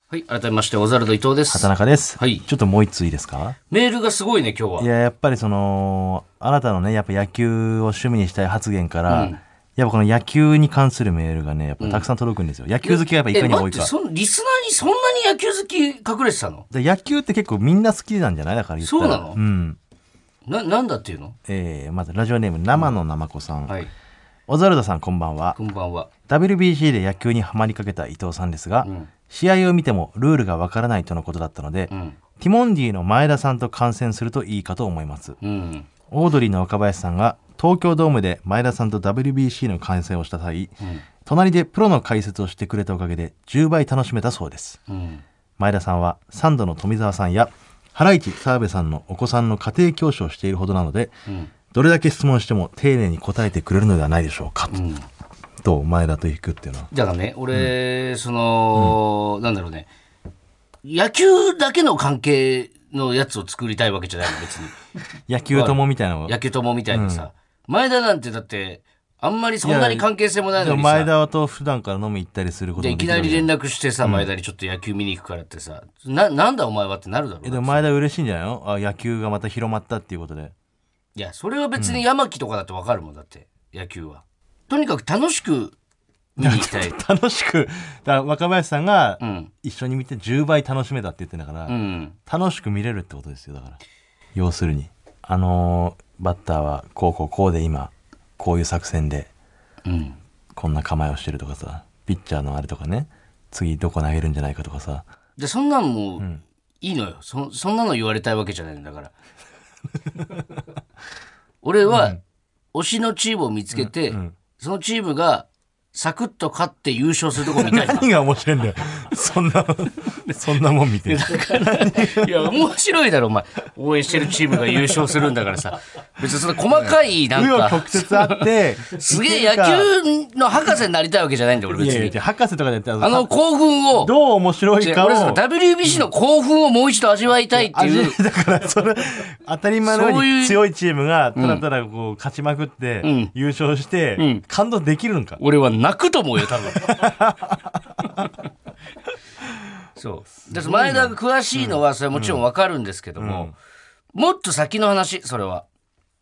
Speaker 2: はい改めましてオザルド伊藤です
Speaker 3: 畑中です。
Speaker 2: はい
Speaker 3: ちょっともう1ついいですか
Speaker 2: メールがすごいね今
Speaker 3: い
Speaker 2: 日は
Speaker 3: や、やっぱりその、あなたのね、やっぱ野球を趣味にしたい発言から、
Speaker 2: うん
Speaker 3: やっぱこの野球に関するメールがね、やっぱたくさん届くんですよ。野球好きがやっぱいかに多い
Speaker 2: え待っ
Speaker 3: か
Speaker 2: て。そんリスナーにそんなに野球好き隠れてたの
Speaker 3: で野球って結構みんな好きなんじゃないだから言ったら。
Speaker 2: そうなの
Speaker 3: うん。
Speaker 2: ななんだっていうの
Speaker 3: えー、まずラジオネーム生の生子さん、
Speaker 2: はい
Speaker 3: オザルダさんこんばんは
Speaker 2: こんばんは
Speaker 3: WBC で野球にはまりかけた伊藤さんですが、
Speaker 2: ん
Speaker 3: 試合を見てもルールがわからないとのことだったので、
Speaker 2: うん
Speaker 3: ティモンディの前田さんと観戦するといいかと思います
Speaker 2: うん
Speaker 3: オードリーの若林さんが東京ドームで前田さんと WBC の観戦をした際、隣でプロの解説をしてくれたおかげで10倍楽しめたそうです
Speaker 2: うん
Speaker 3: 前田さんは三度の富澤さんやハライチ澤部さんのお子さんの家庭教師をしているほどなので、どれだけ質問しても丁寧に答えてくれるのではないでしょうかと、どう前田と行くっていうのは
Speaker 2: だからね、俺、その、なんだろうね、野球だけの関係のやつを作りたいわけじゃないの、 [laughs] 別に。
Speaker 3: 野球友みたいなのを
Speaker 2: 野球友みたいにさ、前田なんてだってあんまりそんなに関係性もない
Speaker 3: で
Speaker 2: の
Speaker 3: も
Speaker 2: にさ
Speaker 3: 前田と普段から飲み行ったりすること
Speaker 2: で
Speaker 3: も
Speaker 2: い
Speaker 3: で
Speaker 2: き
Speaker 3: きる
Speaker 2: な
Speaker 3: わけ
Speaker 2: り連絡してさ、前田にちょっと野球見に行くからってさななんだお前はってなるだろ
Speaker 3: え
Speaker 2: う
Speaker 3: で
Speaker 2: な
Speaker 3: も前田嬉しいんじゃないのあ野球がまた広まったっていうことで
Speaker 2: いやそれは別に山木とかだってわかるもんだって野球はとにかく楽しく見に行きたい
Speaker 3: 楽しくだから若林さんが
Speaker 2: うん
Speaker 3: 一緒に見て10倍楽しめたって言ってんだから、
Speaker 2: うん
Speaker 3: 楽しく見れるってことですよだから要するにあのーバッターはこうこうこうで今こういう作戦で
Speaker 2: うん
Speaker 3: こんな構えをしてるとかさピッチャーのあれとかね次どこ投げるんじゃないかとかさ
Speaker 2: でそんなんもういいのよそそんなの言われたいわけじゃないんだから [laughs] 俺は推しのチームを見つけて、そのチームがサクッと勝って優勝するとこ見
Speaker 3: [laughs]
Speaker 2: たいな
Speaker 3: 何が面白いんだよそんなそんなもん見てる
Speaker 2: いや、面白いだろ、お前。応援してるチームが優勝するんだからさ。別にその細かい、なん
Speaker 3: 紆余
Speaker 2: か、
Speaker 3: 曲折あって
Speaker 2: すげえ野球の博士になりたいわけじゃないんだよ、俺
Speaker 3: い
Speaker 2: 別
Speaker 3: やい
Speaker 2: に
Speaker 3: や。博士とかでやったら
Speaker 2: あの興奮を、
Speaker 3: どう面白い
Speaker 2: 違う
Speaker 3: かを
Speaker 2: 俺さ、WBC の興奮をもう一度味わいたいっていう、
Speaker 3: 味だからそれ当たり前のよう
Speaker 2: そういう
Speaker 3: に強いチームがただただこう勝ちまくって
Speaker 2: ん
Speaker 3: 優勝して
Speaker 2: ん
Speaker 3: 感動できるんか、
Speaker 2: 俺は泣くと思うよ、多分。
Speaker 3: [laughs]
Speaker 2: そう。だから前田が詳しいのは、それはもちろんわかるんですけども、もっと先の話、それは。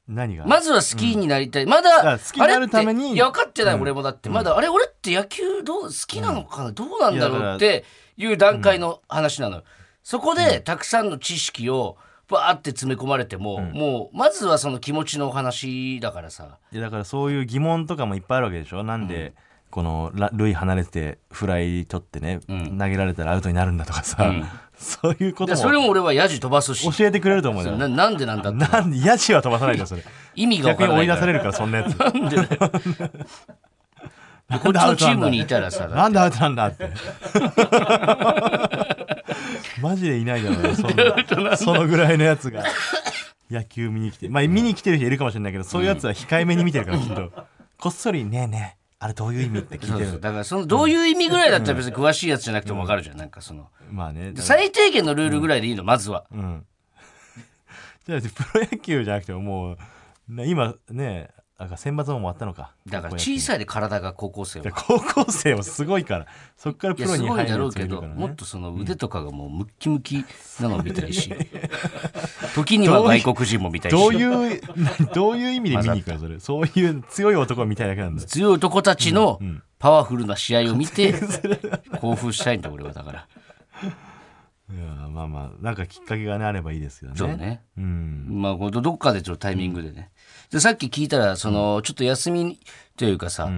Speaker 3: 何が
Speaker 2: まずは好きになりたい。ま
Speaker 3: から
Speaker 2: だ、
Speaker 3: 好きになるために
Speaker 2: あれっていや、分かってない、俺もだって。まだ、あれ、俺って野球どう、好きなのかな、どうなんだ
Speaker 3: いやだか
Speaker 2: ろう
Speaker 3: ら
Speaker 2: っていう段階の話なのよ。そこで、たくさんの知識を、バーって詰め込まれても、もう、まずはその気持ちのお話だからさ。
Speaker 3: いやだからそういう疑問とかもいっぱいあるわけでしょなんで、このラ塁離れててフライ取ってね、投げられたらアウトになるんだとかさ、 [laughs] そういうこ
Speaker 2: で
Speaker 3: と
Speaker 2: それ
Speaker 3: も
Speaker 2: も俺はヤジ飛ばすし。
Speaker 3: 教えてくれると思うよ
Speaker 2: ななんでなんだって。
Speaker 3: なんで野手は飛ばさないじゃんそれ
Speaker 2: 意味が分か
Speaker 3: 逆に
Speaker 2: らな
Speaker 3: 追い
Speaker 2: い
Speaker 3: 出
Speaker 2: か
Speaker 3: され
Speaker 2: ら。
Speaker 3: るからそんなや
Speaker 2: [laughs]
Speaker 3: つ
Speaker 2: なん
Speaker 3: [laughs]
Speaker 2: でだよ
Speaker 3: なん
Speaker 2: こっち
Speaker 3: でア
Speaker 2: の
Speaker 3: ウ
Speaker 2: チ
Speaker 3: トな
Speaker 2: ー
Speaker 3: んだ
Speaker 2: ムにいたらさ、
Speaker 3: なんでアウトなんだって
Speaker 2: [laughs]
Speaker 3: マジでいないだろうねそんなそのぐらいのやつが野球見に来てまあ見に来てる人いるかもしれないけどそういうやつは控えめに見てるからきっとこっそり「ねえねえあれどういう意味?」って聞い
Speaker 2: そ
Speaker 3: て
Speaker 2: う
Speaker 3: る
Speaker 2: そうだからそのどういう意味ぐらいだったら別に詳しいやつじゃなくても分かるじゃん、なんかその
Speaker 3: まあねだから
Speaker 2: 最低限のルールぐらいでいいのまずは、
Speaker 3: うんじゃあプロ野球じゃなくてももうね今ねなんか選抜も終わったのか
Speaker 2: だから
Speaker 3: 高校野
Speaker 2: 小
Speaker 3: 球
Speaker 2: さいで体が高校生はい
Speaker 3: や高校生もすごいからそっから
Speaker 2: い
Speaker 3: プ
Speaker 2: や
Speaker 3: ロ
Speaker 2: す
Speaker 3: に
Speaker 2: ごい
Speaker 3: 入
Speaker 2: ん
Speaker 3: る
Speaker 2: だろ
Speaker 3: や
Speaker 2: う
Speaker 3: つが
Speaker 2: け
Speaker 3: いる
Speaker 2: ど、
Speaker 3: からね
Speaker 2: もっとその腕とかがもうムッキムキなのを見たいし [laughs] 時には外国人も見たいし
Speaker 3: どういう、 [laughs] どういう意味で見に行くのそれ。そういう強い男みたいだけ
Speaker 2: [laughs]
Speaker 3: なんだ。
Speaker 2: 強い男たちのパワフルな試合を見て興奮したいんだ俺はだから
Speaker 3: いやまあまあ、なんかきっかけがね、あればいいですよね。
Speaker 2: そうね
Speaker 3: うん。
Speaker 2: まあ、こうどどっかでちょっとタイミングでね。でさっき聞いたら、その、ちょっと休みというかさ、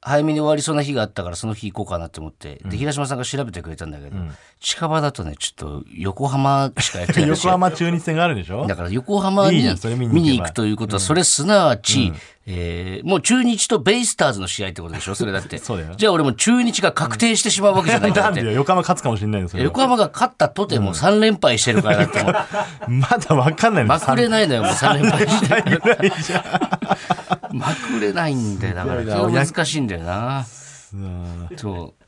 Speaker 2: 早めに終わりそうな日があったから、その日行こうかなと思って、で、平島さんが調べてくれたんだけど、近場だとね、ちょっと横浜しかや [laughs] ってないらしい
Speaker 3: 横浜中日戦があるでしょ
Speaker 2: だから横浜
Speaker 3: いい
Speaker 2: に
Speaker 3: じゃんそれ見に行け
Speaker 2: 見
Speaker 3: ば
Speaker 2: に行くということは、それすなわち、えーもう中日とベイスターズの試合ってことでしょそれだって。
Speaker 3: [laughs] そうだよ
Speaker 2: じゃあ俺も中日が確定してしまうわけじゃないんだ
Speaker 3: [laughs] な
Speaker 2: っ
Speaker 3: ん
Speaker 2: て
Speaker 3: で。よ横浜勝つかもしれないよ、それは。
Speaker 2: 横浜が勝ったとても3連敗してるからだって
Speaker 3: [laughs]
Speaker 2: もう、
Speaker 3: まだわかんないの
Speaker 2: まくれ
Speaker 3: 三
Speaker 2: ないのよ、もう3連敗してる。
Speaker 3: 回ぐらいじゃ
Speaker 2: [laughs]
Speaker 3: ん
Speaker 2: まくれないんだよだから
Speaker 3: ひ
Speaker 2: そ
Speaker 3: どいな
Speaker 2: れは難しいんだよな
Speaker 3: うん
Speaker 2: そう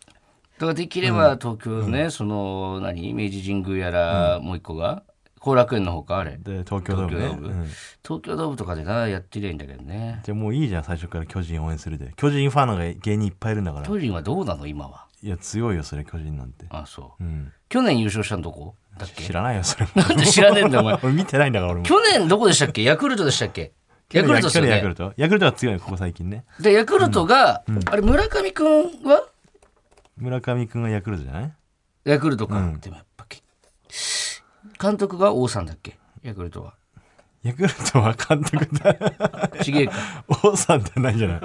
Speaker 2: だからできれば東京のね、その何明治神宮やら、もう一個が後楽園の方かあれ
Speaker 3: で、東京ドーム
Speaker 2: 東
Speaker 3: ね。
Speaker 2: 京ドーム
Speaker 3: うん
Speaker 2: 東京ドームとかでなやってりゃいいんだけどね
Speaker 3: じゃあもういいじゃん、最初から巨人応援するで。巨人ファンのが芸人いっぱいいるんだから。
Speaker 2: 巨人はどうなの今はい
Speaker 3: や、強いよ、それ、巨人なんて。
Speaker 2: あそう、
Speaker 3: うん。
Speaker 2: 去年優勝したのどこだっ
Speaker 3: 知
Speaker 2: け
Speaker 3: らないよ、それも。
Speaker 2: なんで知らねえんだよお前
Speaker 3: [laughs] 俺見てないんだから、俺も。
Speaker 2: 去年どこでしたっけヤクルトでしたっけヤクルトですよ
Speaker 3: 去年ヤク
Speaker 2: ね
Speaker 3: ルトヤクルトが強いよ、ここ最近ね。
Speaker 2: でヤクルトが、あれ村上くんは
Speaker 3: 村上君がヤクルトじゃない
Speaker 2: ヤクルトか、でもやっぱけ監督が王さんだっけヤクルトは
Speaker 3: ヤクルトは監督だ。 [laughs]
Speaker 2: ちげえか
Speaker 3: 王さんじゃないんじゃない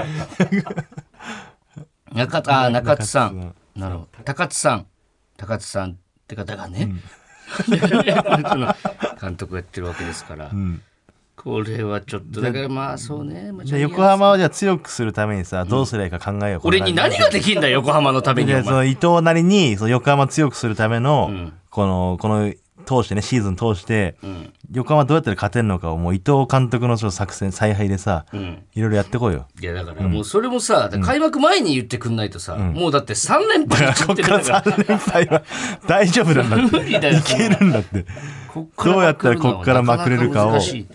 Speaker 2: 中田あー中津さん
Speaker 3: 中。
Speaker 2: なるほど。高津さん。高津さんって方がね、 [laughs] 監督やってるわけですから、これはちょっとだからまあそうね、まあ、
Speaker 3: じ
Speaker 2: じ
Speaker 3: ゃ
Speaker 2: ゃ
Speaker 3: あ
Speaker 2: あ
Speaker 3: 横浜をじゃあ強くするためにさ、どうすればいいか考えよう。この
Speaker 2: 俺に何ができんだよ横浜のため
Speaker 3: い
Speaker 2: に
Speaker 3: や
Speaker 2: お
Speaker 3: その
Speaker 2: 前
Speaker 3: 伊藤なりにその横浜強くするための、このこの通してね、シーズン通して、横浜どうやったら勝てるのかをもう伊藤監督のその作戦、采配でさ、
Speaker 2: ん
Speaker 3: いろいろやってこいよ。
Speaker 2: いやだからもうそれもさ、開幕前に言ってくんないとさ、もうだって3連敗しちゃ
Speaker 3: こ
Speaker 2: っ
Speaker 3: ってから
Speaker 2: る
Speaker 3: [laughs]
Speaker 2: から
Speaker 3: 3連敗は大丈夫なんだっ
Speaker 2: 無理だよ
Speaker 3: て。いけるんだって。
Speaker 2: こっ
Speaker 3: どうやったらこっからまくれるかを
Speaker 2: なな難しい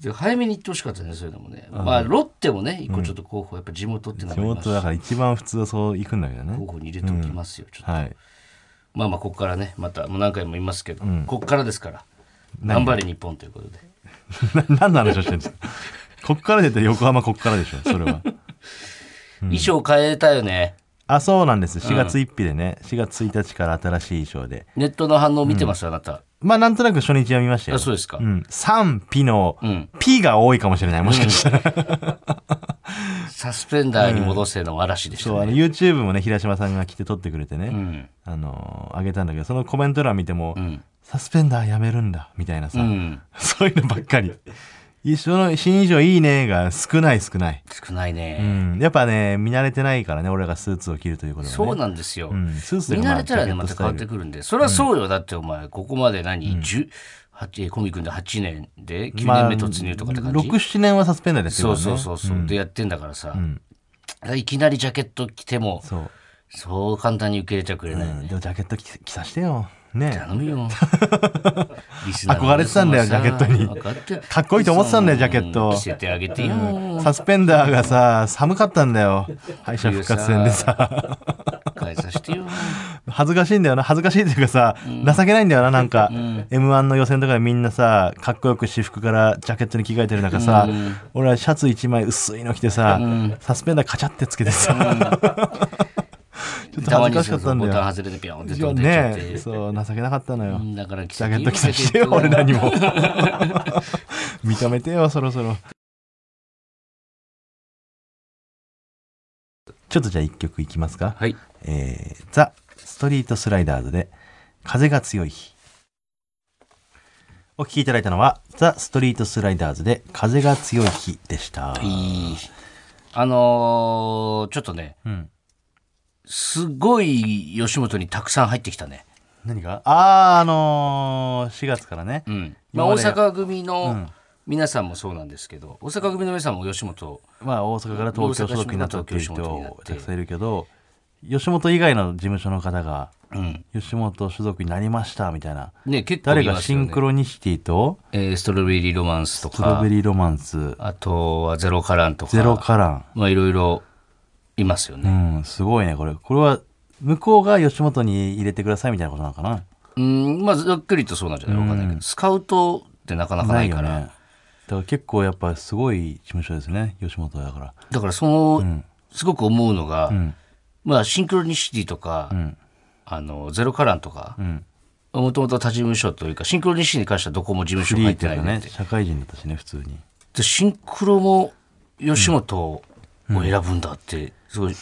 Speaker 2: で早めに言ってほしかったねそういうのもね、まあロッテもね一個ちょっと候補やっぱ地元ってな
Speaker 3: 地
Speaker 2: ります
Speaker 3: 元
Speaker 2: し
Speaker 3: だから一番普通はそう行くんだけど
Speaker 2: 候
Speaker 3: ね。
Speaker 2: 補に入れておきますよ、ちょっと
Speaker 3: はい。
Speaker 2: まあまあここからねまたもう何回も言いますけど、ここからですから頑張れ日本ということで
Speaker 3: な [laughs] 何の話をしてるんですかこっから出て横浜こっからでしょ、それは。
Speaker 2: 衣装変えたよね
Speaker 3: あ、そうなんです。4月1日でね、4月1日から新しい衣装で。
Speaker 2: ネットの反応見てます、あなた
Speaker 3: まあなんとなく初日は見ましたよ。
Speaker 2: あそうですか、
Speaker 3: うん、賛否の
Speaker 2: ん
Speaker 3: P が多いかもしれない、もしかしたら。
Speaker 2: サスペンダーに戻せの嵐でした
Speaker 3: そうあ
Speaker 2: ね、
Speaker 3: の YouTube もね、平島さんが来て撮ってくれてね、
Speaker 2: うん
Speaker 3: あのー、あげたんだけど、そのコメント欄見ても、
Speaker 2: ん
Speaker 3: サスペンダーやめるんだ、みたいなさ、
Speaker 2: うん
Speaker 3: そういうのばっかり。一緒の新衣装いいねが少ない少ない。
Speaker 2: 少ないね、
Speaker 3: うん、やっぱね、見慣れてないからね、俺らがスーツを着るということがね。
Speaker 2: そうなんですよ、
Speaker 3: うんスーツという
Speaker 2: 見
Speaker 3: かまあ
Speaker 2: 慣れたらね、また
Speaker 3: ジャケッ
Speaker 2: 変わ
Speaker 3: トスタ
Speaker 2: っ
Speaker 3: イル
Speaker 2: てくるんで、それはそうよ、だってお前、ここまで何、10八えーコンビ組んで8年で、9年目突入とかって感じ、
Speaker 3: 6、7年はサスペンダーですよ、
Speaker 2: そ
Speaker 3: ね。
Speaker 2: うそうそうそう、でやってんだからさ、
Speaker 3: ん
Speaker 2: いきなりジャケット着ても、
Speaker 3: そう。
Speaker 2: そう簡単に受け入れちゃくれないよ
Speaker 3: うん
Speaker 2: ね。
Speaker 3: でもジャケット着着さしてよ。ね
Speaker 2: 頼む
Speaker 3: [laughs]
Speaker 2: よ。リスの
Speaker 3: 憧れてたんだよ
Speaker 2: 皆様さ
Speaker 3: ジャケットに
Speaker 2: 分かってる
Speaker 3: かっこいいと思ってたんだよジャケット
Speaker 2: うん着せてあげてよ。
Speaker 3: サスペンダーがさ、寒かったんだよ。敗者復活戦でさ。
Speaker 2: 返させてよ。
Speaker 3: 恥ずかしいんだよな。恥ずかしいというかさ、情けないんだよな、なんか。M1 の予選とかでみんなさ、かっこよく私服からジャケットに着替えてる中さ、俺はシャツ一枚薄いの着てさ、サスペンダーカチャってつけてさ、ちょっと恥ずかしかったんだ
Speaker 2: ボタ
Speaker 3: よ
Speaker 2: ン外れてピョンって
Speaker 3: いや
Speaker 2: 飛んでっちゃっ
Speaker 3: ね
Speaker 2: て。
Speaker 3: そう、情けなかったの
Speaker 2: う
Speaker 3: よ。
Speaker 2: んだから着
Speaker 3: ジ
Speaker 2: せ
Speaker 3: ャ
Speaker 2: てよ
Speaker 3: ケット着させてよ、俺らにも。 [laughs] 認めてよ、そろそろ。ちょっとじゃあ一曲いきますか。
Speaker 2: はい。
Speaker 3: えー、ザ・ストリートスライダーズで風が強い日お聴きいただいたのはザ・ストリートスライダーズで風が強い日でした、
Speaker 2: いいあのーちょっとね、
Speaker 3: うん、
Speaker 2: すごい吉本にたくさん入ってきたね。
Speaker 3: 何があーあのー、4月からね、
Speaker 2: うんまあ、
Speaker 3: 今
Speaker 2: 大
Speaker 3: まで
Speaker 2: 阪組の皆さんもそうなんですけど、大阪組の皆さんも吉本、
Speaker 3: まあ、大阪から東京所属になったっていう人
Speaker 2: 大阪所属になって
Speaker 3: たくさんいるけど吉本以外の事務所の方が
Speaker 2: うん
Speaker 3: 吉本所属になりましたみたいな
Speaker 2: ね、結構
Speaker 3: 誰
Speaker 2: い
Speaker 3: が
Speaker 2: ます
Speaker 3: シ
Speaker 2: よね
Speaker 3: ンクロニシティと
Speaker 2: えーストロベリーロマンスと
Speaker 3: ストロ
Speaker 2: か
Speaker 3: ベ、リーロマンス
Speaker 2: あとはゼロカランとか、
Speaker 3: ゼロカラン
Speaker 2: まあいろいろいますよね。
Speaker 3: うん、すごいね、これ。これは、向こうが吉本に入れてくださいみたいなことなのかな
Speaker 2: うん、まあざっくりとそうなんじゃないわかんないけど、スカウトってなかなかないから、
Speaker 3: ね。だから結構やっぱすごい事務所ですね、吉本だから。
Speaker 2: だからその、すごく思うのが、まあシンクロニシティとか、あのゼロカランとか、もともと他事務所というかシンクロニシティに関してはどこも事務
Speaker 3: フ
Speaker 2: 所
Speaker 3: リ
Speaker 2: 入っ
Speaker 3: ー
Speaker 2: て
Speaker 3: と
Speaker 2: ないいう
Speaker 3: か
Speaker 2: ね
Speaker 3: ね
Speaker 2: って、
Speaker 3: 社会人だったしね、普通に。
Speaker 2: でシンクロも吉本を選ぶんだってすごい、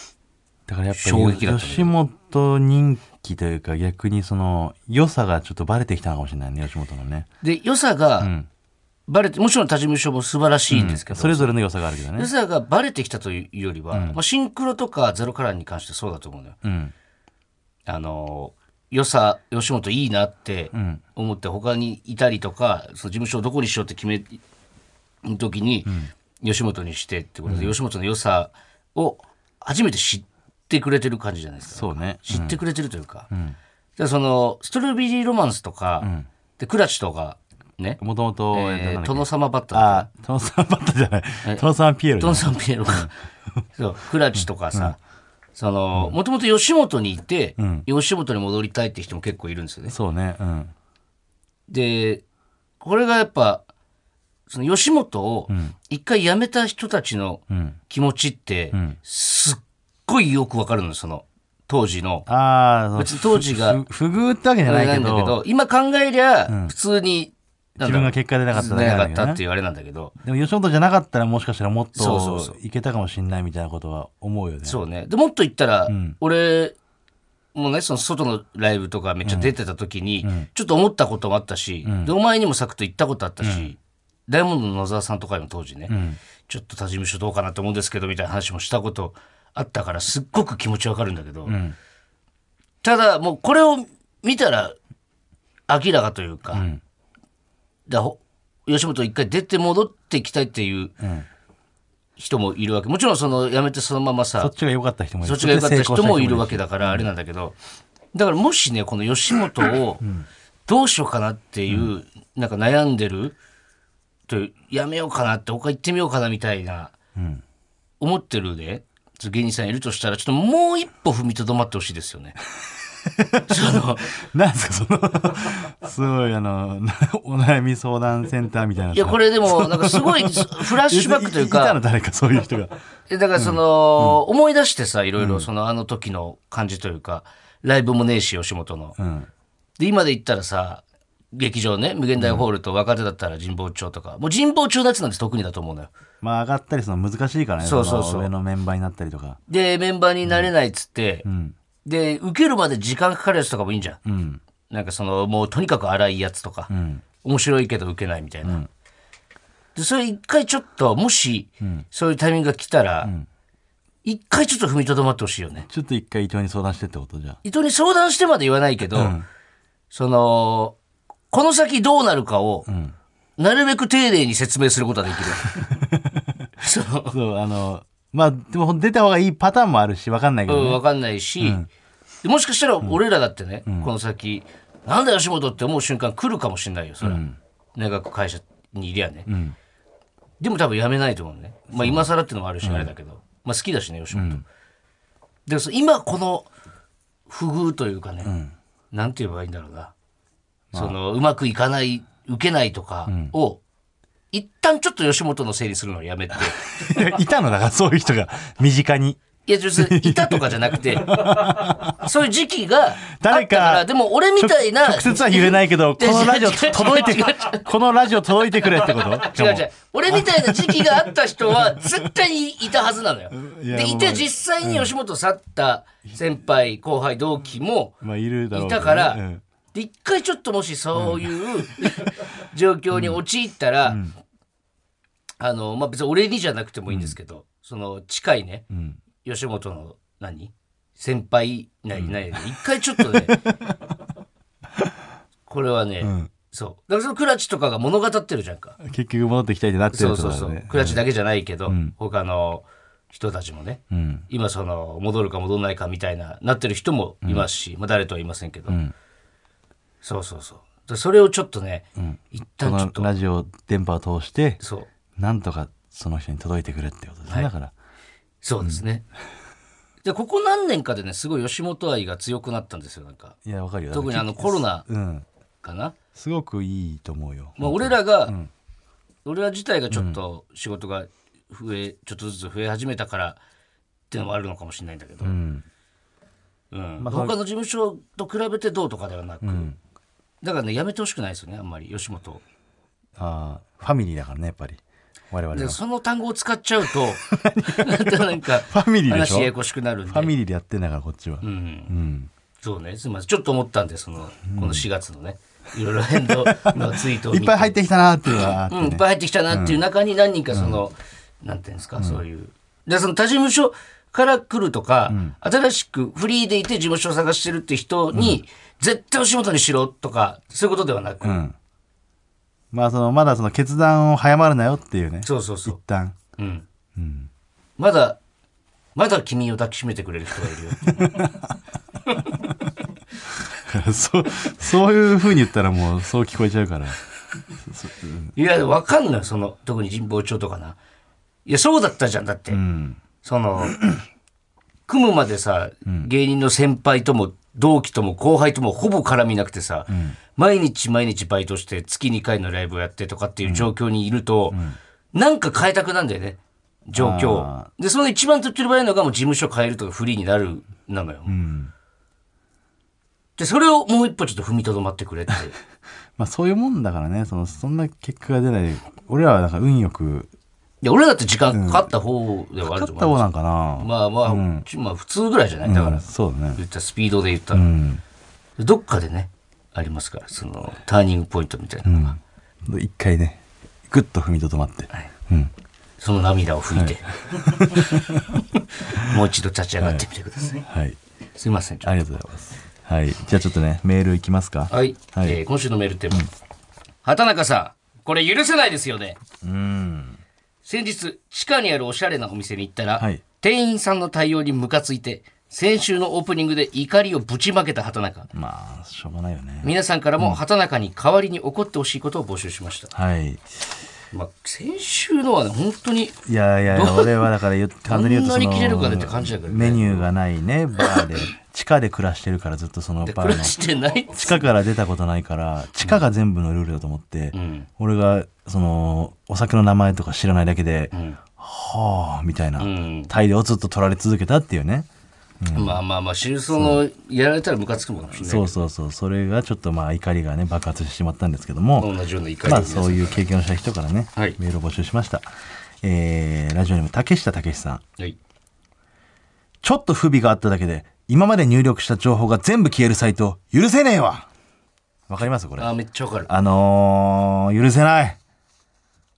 Speaker 3: だからやっぱ
Speaker 2: 衝撃だったね
Speaker 3: 吉本人気というか逆にその良さがちょっとバレてきたのかもしれないね、吉本のね。
Speaker 2: で良さがバレて、もちろん他事務所も素晴らしいんですけど、
Speaker 3: それぞれの良さがあるけど
Speaker 2: 良
Speaker 3: ね。
Speaker 2: さがバレてきたというよりは、まあ、シンクロとかゼロカラーに関してそうだと思うのよ。
Speaker 3: ん
Speaker 2: あの良さ吉本いいなって思って他にいたりとかその事務所をどこにしようって決める時に、吉本にしてってことで、吉本の良さを初めて知ってくれてる感じじゃないですか。
Speaker 3: そうね。
Speaker 2: 知ってくれてるというか。でそのストロベリーロマンスとか、でクラチとかね、
Speaker 3: もともと、
Speaker 2: え
Speaker 3: な
Speaker 2: ー
Speaker 3: んだっけ
Speaker 2: 殿様バッターとか
Speaker 3: あ、トノさんバッタじゃない。トノさんピエロじ
Speaker 2: ト
Speaker 3: ゃ
Speaker 2: ン
Speaker 3: ない。
Speaker 2: サンピエロか。そう、クラチとかさ、その、もともと吉本にいて、吉本に戻りたいって人も結構いるんですよね。
Speaker 3: そうね。うん。
Speaker 2: で、これがやっぱ、その吉本を一回辞めた人たちの気持ちって、すっごいよくわかるのよ、その、当時の。
Speaker 3: ああ、
Speaker 2: 別に当時が
Speaker 3: ふふ不遇ってわけじゃ
Speaker 2: あ
Speaker 3: な
Speaker 2: れ
Speaker 3: い
Speaker 2: な
Speaker 3: け
Speaker 2: んだけ
Speaker 3: ど、
Speaker 2: ど、今考えりゃ、普通に、なんだろ
Speaker 3: 自分
Speaker 2: う
Speaker 3: が結果出なかっただ
Speaker 2: 出
Speaker 3: け
Speaker 2: な
Speaker 3: な
Speaker 2: か
Speaker 3: ん
Speaker 2: った
Speaker 3: だ
Speaker 2: っ
Speaker 3: け
Speaker 2: て
Speaker 3: どね
Speaker 2: いうあれなんだけど、
Speaker 3: でも吉本じゃなかったらもしかしたらもっ
Speaker 2: そうそうそ
Speaker 3: といけたかもしれないみたいなことは思うよね。
Speaker 2: そうね。で、もっと言ったら、俺、もうね、その外のライブとかめっちゃ出てた時に、ちょっと思ったこともあったし、で、お前にもサクッと行ったことあったし、ダイヤモンドの野沢さんとかにも当時ね、ちょっと他事務所どうかなと思うんですけど、みたいな話もしたことあったから、すっごく気持ちわかるんだけど、ただ、もうこれを見たら、明らかというか、
Speaker 3: ん
Speaker 2: だほ吉本一回出て戻ってきたいっていう人もいるわけもちろんその辞めてそのままさ
Speaker 3: そっちが良かった人もい
Speaker 2: そ
Speaker 3: る
Speaker 2: っちが良かった人もいるわけ
Speaker 3: だ。
Speaker 2: だからあれなんだけど、だからもしねこの吉本をどうしようかなっていう、なんか悩んでるというやめようかなって他行ってみようかなみたいな、思ってるで芸人さんいるとしたらちょっともう一歩踏みとどまってほしいです
Speaker 3: [laughs]
Speaker 2: よね。その
Speaker 3: なんですか、その、す [laughs] ごい、あの、なお悩み相談センターみたいな。
Speaker 2: いやこれでもなんかすご
Speaker 3: [laughs]
Speaker 2: いフラッシュバックという
Speaker 3: いたの
Speaker 2: か
Speaker 3: 誰か、そういう人が。
Speaker 2: だからその、思い出してさいろいろそのあの時の感じというかライブもねえし吉本の。
Speaker 3: うん。
Speaker 2: で今で言ったらさ劇場ね無限大ホールと若手だったら神保町とか、もう神保町のやつなんて特にだと思うのよ
Speaker 3: まあ、上がったりするの難しいからね。
Speaker 2: そうそうそう
Speaker 3: の上のメンバーになったりとか。
Speaker 2: でメンバーになれないっつって、
Speaker 3: うん。
Speaker 2: で受けるまで時間かかるやつとかもいいんじゃん
Speaker 3: うん。
Speaker 2: なんかそのもうとにかく荒いやつとか、
Speaker 3: うん。
Speaker 2: 面白いけど受けないみたいな、でそれ一回ちょっともし、そういうタイミングが来たら、一回ちょっと踏みとどまってほしいよね
Speaker 3: ちょっと一回伊藤に相談してってことじゃあ。
Speaker 2: 伊藤に相談してまで言わないけど、そのこの先どうなるかを、なるべく丁寧に説明することはできるその
Speaker 3: そう、あの、まあ、でも出た方がいいパターンもあるし、わかんないけ
Speaker 2: う
Speaker 3: ど
Speaker 2: ん、
Speaker 3: ね。
Speaker 2: 分かんないし、でもしかしたら俺らだってね、この先なんだ吉本って思う瞬間来るかもしれないよそれは、長く会社にいりゃね、でも多分辞めないと思うね、まあ、今更ってのもあるしあれだけど、まあ、好きだしね吉本、でそ今この不遇というかね、なんて言えばいいんだろうな、そのうまくいかない受けないとかを、一旦ちょっと吉本の整理するのをやめて
Speaker 3: [laughs] いたのだから、そういう人が、身近に。
Speaker 2: いや、別にいたとかじゃな
Speaker 3: [laughs]
Speaker 2: くて、そういう時期があったから、
Speaker 3: 誰か
Speaker 2: でも俺みたいな。
Speaker 3: 直接は言えないけ
Speaker 2: [laughs]
Speaker 3: ど、このラジオ届いて
Speaker 2: 違う違う違う、
Speaker 3: このラジオ届いてくれってこと
Speaker 2: [laughs] 違う違う。俺みたいな時期があった人は絶対にいたはずなのよ。
Speaker 3: [laughs] いや
Speaker 2: で、
Speaker 3: もう
Speaker 2: いて実際に吉本去った先輩、後輩、同期も
Speaker 3: まあ、いるだろ
Speaker 2: いう
Speaker 3: け
Speaker 2: た
Speaker 3: どね
Speaker 2: から、
Speaker 3: うん
Speaker 2: で一回ちょっともしそういう状況に陥ったら、あの、まあ、別に俺にじゃなくてもいいんですけど、その近いね、
Speaker 3: ん
Speaker 2: 吉本の何先輩なりなりで、一回ちょっ [laughs] とね、これはね、そう。だからそのクラチとかが物語ってるじゃんか。
Speaker 3: 結局戻ってきたいってなってる
Speaker 2: そ
Speaker 3: や
Speaker 2: う
Speaker 3: つ
Speaker 2: そ
Speaker 3: だ
Speaker 2: う
Speaker 3: か
Speaker 2: そ
Speaker 3: ら
Speaker 2: う
Speaker 3: ね。。
Speaker 2: クラチだけじゃないけど、他の人たちもね、
Speaker 3: ん
Speaker 2: 今その、戻るか戻らないかみたいな、なってる人もいますし、まあ誰とは言いませんけど。そうそうそう。だそれをちょっとね、一
Speaker 3: こ
Speaker 2: 旦ちょっ
Speaker 3: の
Speaker 2: と、
Speaker 3: ラジオ電波を通して、
Speaker 2: そう、
Speaker 3: なんとかその人に届いてくれってことですね。
Speaker 2: はい
Speaker 3: だから、
Speaker 2: そうですね。で、ここ何年かでね、すごい吉本愛が強くなったんですよ、なん [laughs] か。
Speaker 3: いや、わかるよ。
Speaker 2: 特にあのコロナ
Speaker 3: うん。
Speaker 2: かな。
Speaker 3: すごくいいと思うよ。
Speaker 2: まあ、俺らが、俺ら自体がちょっと仕事が増え、ちょっとずつ増え始めたからっていうのもあるのかもしれないんだけど、
Speaker 3: うん。
Speaker 2: うん
Speaker 3: まあ
Speaker 2: 他の事務所と比べてどうとかではなく、だからねやめてほしくないですよねあんまり吉本を
Speaker 3: ああ、ファミリーだからね、やっぱり。我々
Speaker 2: で
Speaker 3: は。
Speaker 2: その単語を使っちゃう
Speaker 3: [laughs]
Speaker 2: となんか
Speaker 3: ファミリーでしょ
Speaker 2: 話ややこしくなるんで
Speaker 3: ファミリーでやってんだから、こっちは。
Speaker 2: うんそうねすみませんちょっと思ったんでそのこの4月のね、いろいろ変動のツイートを
Speaker 3: い
Speaker 2: 見
Speaker 3: っぱい入ってきたなーっていうのはあって
Speaker 2: うん、いっ
Speaker 3: ね。
Speaker 2: ぱい入ってきたなっていう中に何人かその、なんていうんですか、そういう。で、その他事務所から来るとか、新しくフリーでいて事務所を探してるって人に、絶対お仕事にしろとか、そういうことではなく、
Speaker 3: うん。まあ、その、まだその決断を早まるなよっていうね。
Speaker 2: そうそうそ
Speaker 3: 一旦。
Speaker 2: う。うん。まだ、まだ君を抱きしめてくれる人がいるよ。
Speaker 3: [laughs] そう、そういう風に言ったらもう、そう聞こえちゃうから。
Speaker 2: いや、わかんない、その、特に神保町とかな。いや、そうだったじゃん、だって。その、組むまでさ、芸人の先輩とも、同期とも後輩ともほぼ絡みなくてさ、毎日毎日バイトして月2回のライブをやってとかっていう状況にいると、なんか変えたくなんだよね、状況を
Speaker 3: あ。
Speaker 2: で、その一番手っ取り早いのがもう事務所変えるとかフリーになる、なのよ。で、それをもう一歩ちょっと踏みとどまってくれって。
Speaker 3: まあ、そういうもんだからね、その、そんな結果が出ない。俺らはなんか運よく、
Speaker 2: いや、俺らだって時間かかった方ではある
Speaker 3: 勝
Speaker 2: と
Speaker 3: っ
Speaker 2: 思
Speaker 3: た
Speaker 2: う
Speaker 3: 方。なんかな。
Speaker 2: まあまあ、ちまあ普通ぐらいじゃないだから、
Speaker 3: うんそうだね。
Speaker 2: 言ったらスピードで言ったら、どっかでねありますからそのターニングポイントみたいなのが、
Speaker 3: 一回ね、ぐっと踏みとどまって。
Speaker 2: はいその涙を拭いて、 [laughs] もう一度立ち上がってみてください、
Speaker 3: はい。 [laughs]
Speaker 2: すいませんちょっと
Speaker 3: ありがとうございます。はい。じゃあちょっとね、メールいきますか。
Speaker 2: はい、
Speaker 3: はい
Speaker 2: えー今週のメールテーマ、畑中さんこれ許せないですよね
Speaker 3: うん。
Speaker 2: 先日地下にあるおしゃれなお店に行ったら、
Speaker 3: はい
Speaker 2: 店員さんの対応にムカついて先週のオープニングで怒りをぶちまけた畑中
Speaker 3: まあ、しょうがないよね。
Speaker 2: 皆さんからも畑中に代わりに怒ってほしいことを募集しました、
Speaker 3: はい。
Speaker 2: まあ、先週のはね本当に
Speaker 3: いやいやいや、俺はだから言
Speaker 2: [laughs]
Speaker 3: う、完全に言うとその、
Speaker 2: どんなに切れるかねって感じだけどね
Speaker 3: メニューがないね、バーで、地下で暮らしてるからずっとそのバ
Speaker 2: 暮ら
Speaker 3: ーの、
Speaker 2: してない
Speaker 3: 地下から出たことないから、地下が全部のルールだと思って、
Speaker 2: ん
Speaker 3: 俺が、その、お酒の名前とか知らないだけで、
Speaker 2: ん
Speaker 3: はあ、みたいな、
Speaker 2: ん
Speaker 3: 態度をずっと取られ続けたっていうね。
Speaker 2: まあまあまあ真相のやられたらムカつくもんかもしれない
Speaker 3: そうそうそう、それがちょっとまあ怒りがね、爆発してしまったんですけども、
Speaker 2: 同じような怒りを
Speaker 3: まあ
Speaker 2: 皆さん
Speaker 3: そういう経験をした人からね、
Speaker 2: はい
Speaker 3: メールを募集しました。えー、ラジオネーム、竹下武さん。
Speaker 2: はい
Speaker 3: ちょっと不備があっただけで、今まで入力した情報が全部消えるサイト、許せねえわわかりますこれ。
Speaker 2: あー
Speaker 3: あ
Speaker 2: めっちゃわかる
Speaker 3: のー、許せない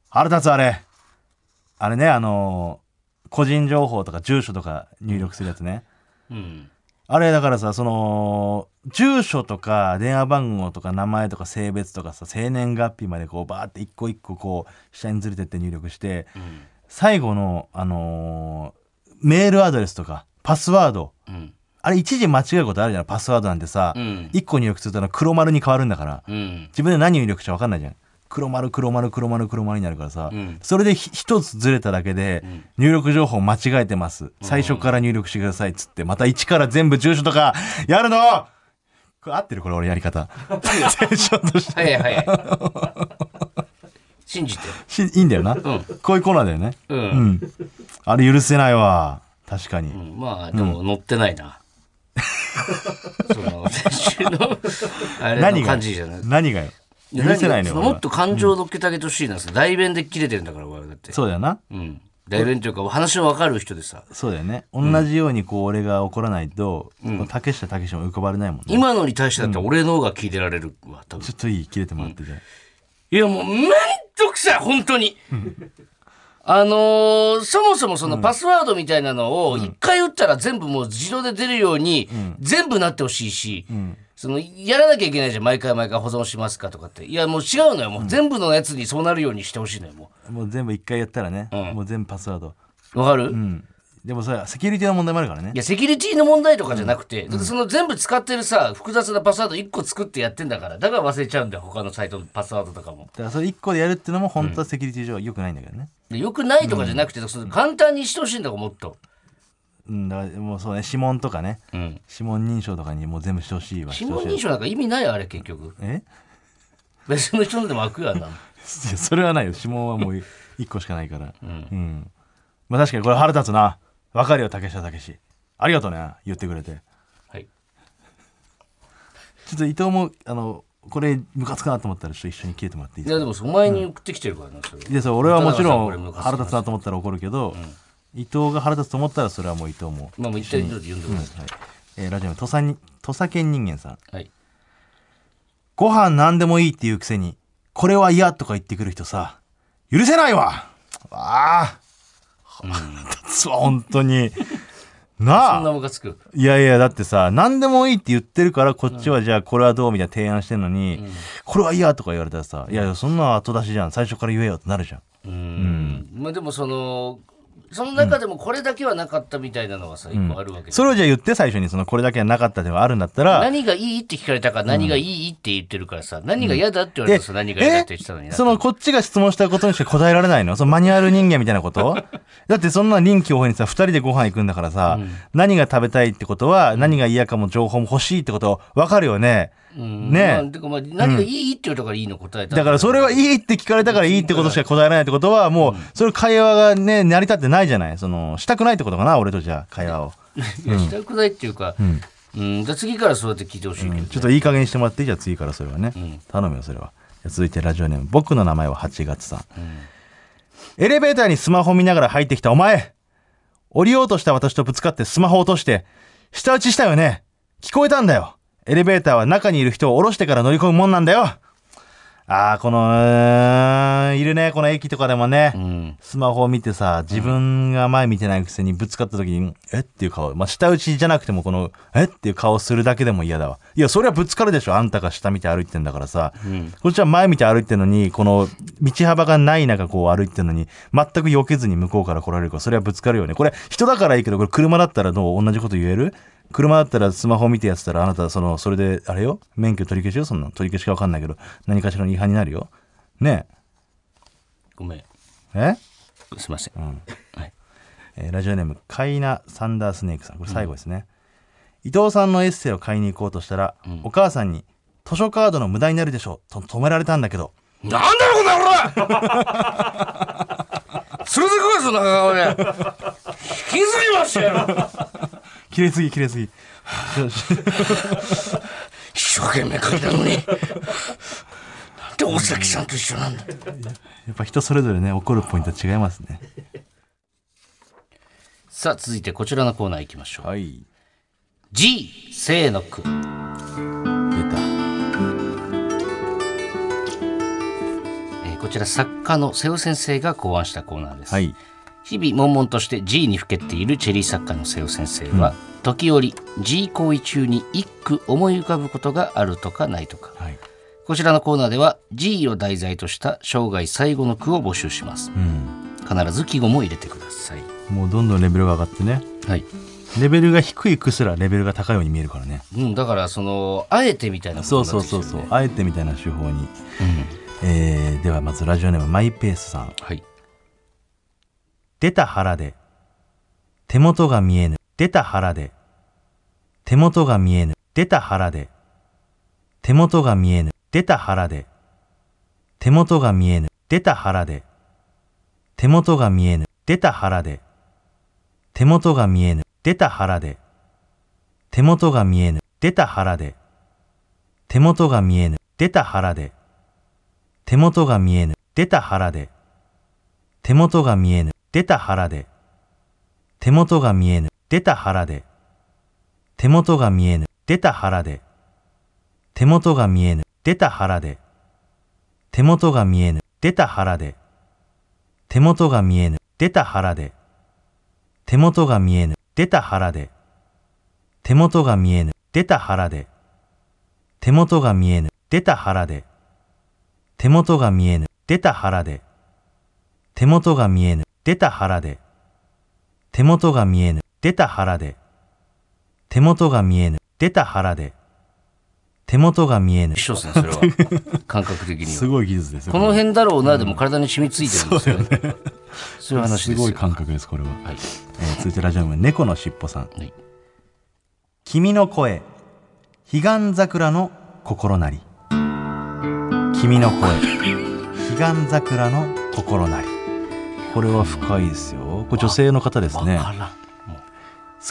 Speaker 3: 腹立つあれあれね、あのー、個人情報とか住所とか入力するやつね。
Speaker 2: うん
Speaker 3: あれだからさ、その、住所とか電話番号とか名前とか性別とかさ、生年月日までこうバーって一個一個こう、下にずれてって入力して、
Speaker 2: うん
Speaker 3: 最後の、あのーメールアドレスとか、パスワード、
Speaker 2: うん
Speaker 3: あれ一時間違うことあるじゃん、パスワードなんてさ
Speaker 2: う、ん
Speaker 3: 一、個入力するとあの黒丸に変わるんだから、
Speaker 2: うん
Speaker 3: 自分で何入力したか分かんないじゃん。黒丸、黒丸、黒丸、黒丸になるからさ、
Speaker 2: うん
Speaker 3: それでひ一つずれただけで、入力情報間違えてます。最初から入力してくださいっつって、また一から全部住所とか、やるのこれ合ってるこれ俺やり方。先週として
Speaker 2: はいはい
Speaker 3: [laughs]
Speaker 2: はい信じて
Speaker 3: しいいんだよな、こういうコーナーだよね。
Speaker 2: うん
Speaker 3: うん。あれ許せないわ。確かに。
Speaker 2: うんまあでも乗ってない
Speaker 3: [laughs]
Speaker 2: な、その先週のあれ
Speaker 3: 何
Speaker 2: の
Speaker 3: が
Speaker 2: 感じじゃない
Speaker 3: 何がよ。許せないの
Speaker 2: や何
Speaker 3: よ。
Speaker 2: が
Speaker 3: 俺は
Speaker 2: もっと感情を乗っけてあげてほしいな、代弁で切れてるんだから俺だって
Speaker 3: そうだよな。
Speaker 2: うん代弁というか話の分かる人でさ
Speaker 3: そうだよね同じようにこう俺が怒らないと、竹下竹下も浮かばれないもんね
Speaker 2: 今のに対してだって俺の方が聞いてられるわ多分
Speaker 3: ちょっといい切れてもらってじゃ
Speaker 2: いやもうめんどくさい本当にあのーそもそもそのパスワードみたいなのを一回打ったら全部もう自動で出るように全部なってほしいし、そのやらなきゃいけないじゃん毎回毎回保存しますかとかっていやもう違うのよもう全部のやつにそうなるようにしてほしいのよも
Speaker 3: あもう全部一回やったらね、もう全部パスワード、
Speaker 2: うわかる、
Speaker 3: うん、でもそれはセキュリティの問題もあるからね
Speaker 2: いやセキュリティの問題とかじゃなくて、だってその全部使ってるさ複雑なパスワード1個作ってやってんだからだから忘れちゃうんだよ他のサイトのパスワードとかも
Speaker 3: だからそれ一個でやるっていうのも本当はセキュリティ上良くないんだけどね、
Speaker 2: でよくないとかじゃなくて、その簡単にしてほしいんだからもっと、
Speaker 3: うん、だからもうそうね指紋とかね、
Speaker 2: ん
Speaker 3: 指紋認証とかにもう全部してほしいわ
Speaker 2: 指紋
Speaker 3: してほ
Speaker 2: 認
Speaker 3: しい
Speaker 2: 証なんか意味ないよあれ結
Speaker 3: [laughs]
Speaker 2: 局
Speaker 3: え
Speaker 2: 別の人のでも開くやんな
Speaker 3: それはないよ指紋はもう一個しかな
Speaker 2: [laughs]
Speaker 3: いからうん、まあ確かにこれ腹立つなわかるよ竹下竹志ありがとうね言ってくれて
Speaker 2: はい
Speaker 3: ちょっと伊藤もあのこれムカつかなと思ったらちょっと一緒に切れてもらっていい
Speaker 2: い
Speaker 3: です
Speaker 2: や
Speaker 3: か
Speaker 2: でもその前に送ってきてるからなそれ、
Speaker 3: いやそう俺はもちろ
Speaker 2: ただ
Speaker 3: ん
Speaker 2: さ
Speaker 3: 腹立つなと思ったら怒るけど、伊藤が腹立つと思ったらそれはもう伊藤も、
Speaker 2: まあもう一体どうで読んでくださ
Speaker 3: はいえーラジオの土佐に土佐犬人間さん
Speaker 2: い、はい、
Speaker 3: ご飯何でもいいっていうくせにこれは嫌とか言ってくる人さ許せないわあー腹立つわ本当になあ
Speaker 2: そんなムカつく
Speaker 3: いやいや、だってさ、何でもいいって言ってるから、こっちはじゃあこれはどうみたいな提案してんのに、これはいやとか言われたらさ、いやいや、そんな後出しじゃん。最初から言えよってなるじゃ
Speaker 2: う
Speaker 3: ん。
Speaker 2: んまあでもそのその中でもこれだけはなかったみたいなのはさ一個あるわけで、
Speaker 3: それをじゃあ言って最初に、そのこれだけはなかったではあるんだったら、
Speaker 2: 何がいいって聞かれたから何がいいって言ってるからさ何が嫌だって言われたらさ何が嫌だって言ってたのに
Speaker 3: え
Speaker 2: な
Speaker 3: そのこっちが質問したことにしか答えられないのそのマニュアル人間みたいなこと
Speaker 2: [laughs]
Speaker 3: だってそんな臨機応変にさ、二人でご飯行くんだからさ、何が食べたいってことは、何が嫌かも情報も欲しいってことわかるよね。
Speaker 2: うん
Speaker 3: ねえ
Speaker 2: まあてかまあ何がいいって言うとからいいの答えた
Speaker 3: だからそれはいいって聞かれたからいいってことしか答えられないってことはもうそれ会話がね成り立ってないじゃないそのしたくないってことかな俺とじゃあ会話を
Speaker 2: いやしたくないっていうか、うんじゃあ次からそうやって聞いてほしいけど、
Speaker 3: ちょっといい加減にしてもらっていいじゃあ次からそれはね頼むよそれはじゃあ続いてラジオネーム僕の名前は8月さんエレベーターにスマホ見ながら入ってきたお前降りようとした私とぶつかってスマホ落として舌打ちしたよね聞こえたんだよエレベーターは中にいる人を降ろしてから乗り込むもんなんだよああ、この、うーんいるね、この駅とかでもね。
Speaker 2: うん。
Speaker 3: スマホを見てさ、自分が前見てないくせにぶつかった時に、えっていう顔。まあ、下打ちじゃなくても、この、えっていう顔するだけでも嫌だわ。いや、それはぶつかるでしょ。あんたが下見て歩いてんだからさ。こっちは前見て歩いてんのに、この、道幅がない中こう歩いてんのに、全く避けずに向こうから来られるから、それはぶつかるよね。これ、人だからいいけど、これ車だったらどう同じこと言える車だったらスマホ見てやってたら、あなた、その、それで、あれよ免許取り消しよそんなの取り消しかわかんないけど、何かしらの違反になるよ。ね
Speaker 2: ごめん。
Speaker 3: え。え
Speaker 2: すいません。はい。
Speaker 3: えーラジオネームカイナ・サンダースネークさんこれ最後ですね、伊藤さんのエッセイを買いに行こうとしたら、お母さんに「図書カードの無駄になるでしょ」と止められたんだけど
Speaker 2: なんだろこんな [laughs] 俺は連れてくわその母親引きずりましたよ
Speaker 3: 切れすぎ切れすぎ [laughs]
Speaker 2: 一生懸命書いたのになんで大崎さんと一緒なんだ
Speaker 3: やっぱ人それぞれね怒るポイント違いますね
Speaker 2: さあ続いてこちらのコーナー行きましょう
Speaker 3: はい
Speaker 2: G 聖の句
Speaker 3: 出た
Speaker 2: えーこちら作家の瀬尾先生が考案したコーナーです、
Speaker 3: はい
Speaker 2: 日々悶々として G にふけっているチェリー作家の瀬尾先生は、時折 G 行為中に一句思い浮かぶことがあるとかないとか
Speaker 3: はい
Speaker 2: こちらのコーナーでは G を題材とした生涯最後の句を募集します
Speaker 3: うん
Speaker 2: 必ず季語も入れてください
Speaker 3: もうどんどんレベルが上がってね
Speaker 2: はい、
Speaker 3: レベルが低い句すらレベルが高いように見えるからね
Speaker 2: うん、だからそのあえてみたいなこと
Speaker 3: そ
Speaker 2: に
Speaker 3: う
Speaker 2: な
Speaker 3: そ
Speaker 2: っ
Speaker 3: う
Speaker 2: てきて
Speaker 3: そ
Speaker 2: る
Speaker 3: う
Speaker 2: ね
Speaker 3: そうあえてみたいな手法に、えーではまずラジオネームマイペースさん
Speaker 2: はい
Speaker 3: 出た腹で、手元が見えぬ。出た腹で、手元が見えぬ。出た腹で、手元が見えぬ。出た腹で、手元が見えぬ。出た腹で、手元が見えぬ。出た腹で、手元が見えぬ。出た腹で、手元が見えぬ。出た腹で、手元が見えぬ。出た腹で、手元が見えぬ。出た腹で、手元が見えぬ、出た腹で。手元が見えぬ、出た腹で。手元が見えぬ、出た腹で。手元が見えぬ、出た腹で。手元が見えぬ、出た腹で。手元が見えぬ、出た腹で。手元が見えぬ、出た腹で。手元が見えぬ、出た腹で。手元が見えぬ、出た腹で。手元が見えぬ、出た腹で。手元が見えぬ、出た腹で。手元が見えぬ、出
Speaker 2: 一。緒
Speaker 3: た腹で。手元が見えぬ、出た腹で。手元が見えぬ
Speaker 2: ですねそれ [laughs] は感覚的には
Speaker 3: ごい技術です
Speaker 2: この辺だろうなでも体に染みついてるんですよね、そういう話ですよ
Speaker 3: 感覚です、これは。
Speaker 2: はい
Speaker 3: えー続いてラジオネーム、猫のしっぽさん。
Speaker 2: はい
Speaker 3: 君の声彼岸桜の心なり君の声彼岸桜の心なりこれは深いですよこれ女性の方ですね
Speaker 2: わからん
Speaker 3: 好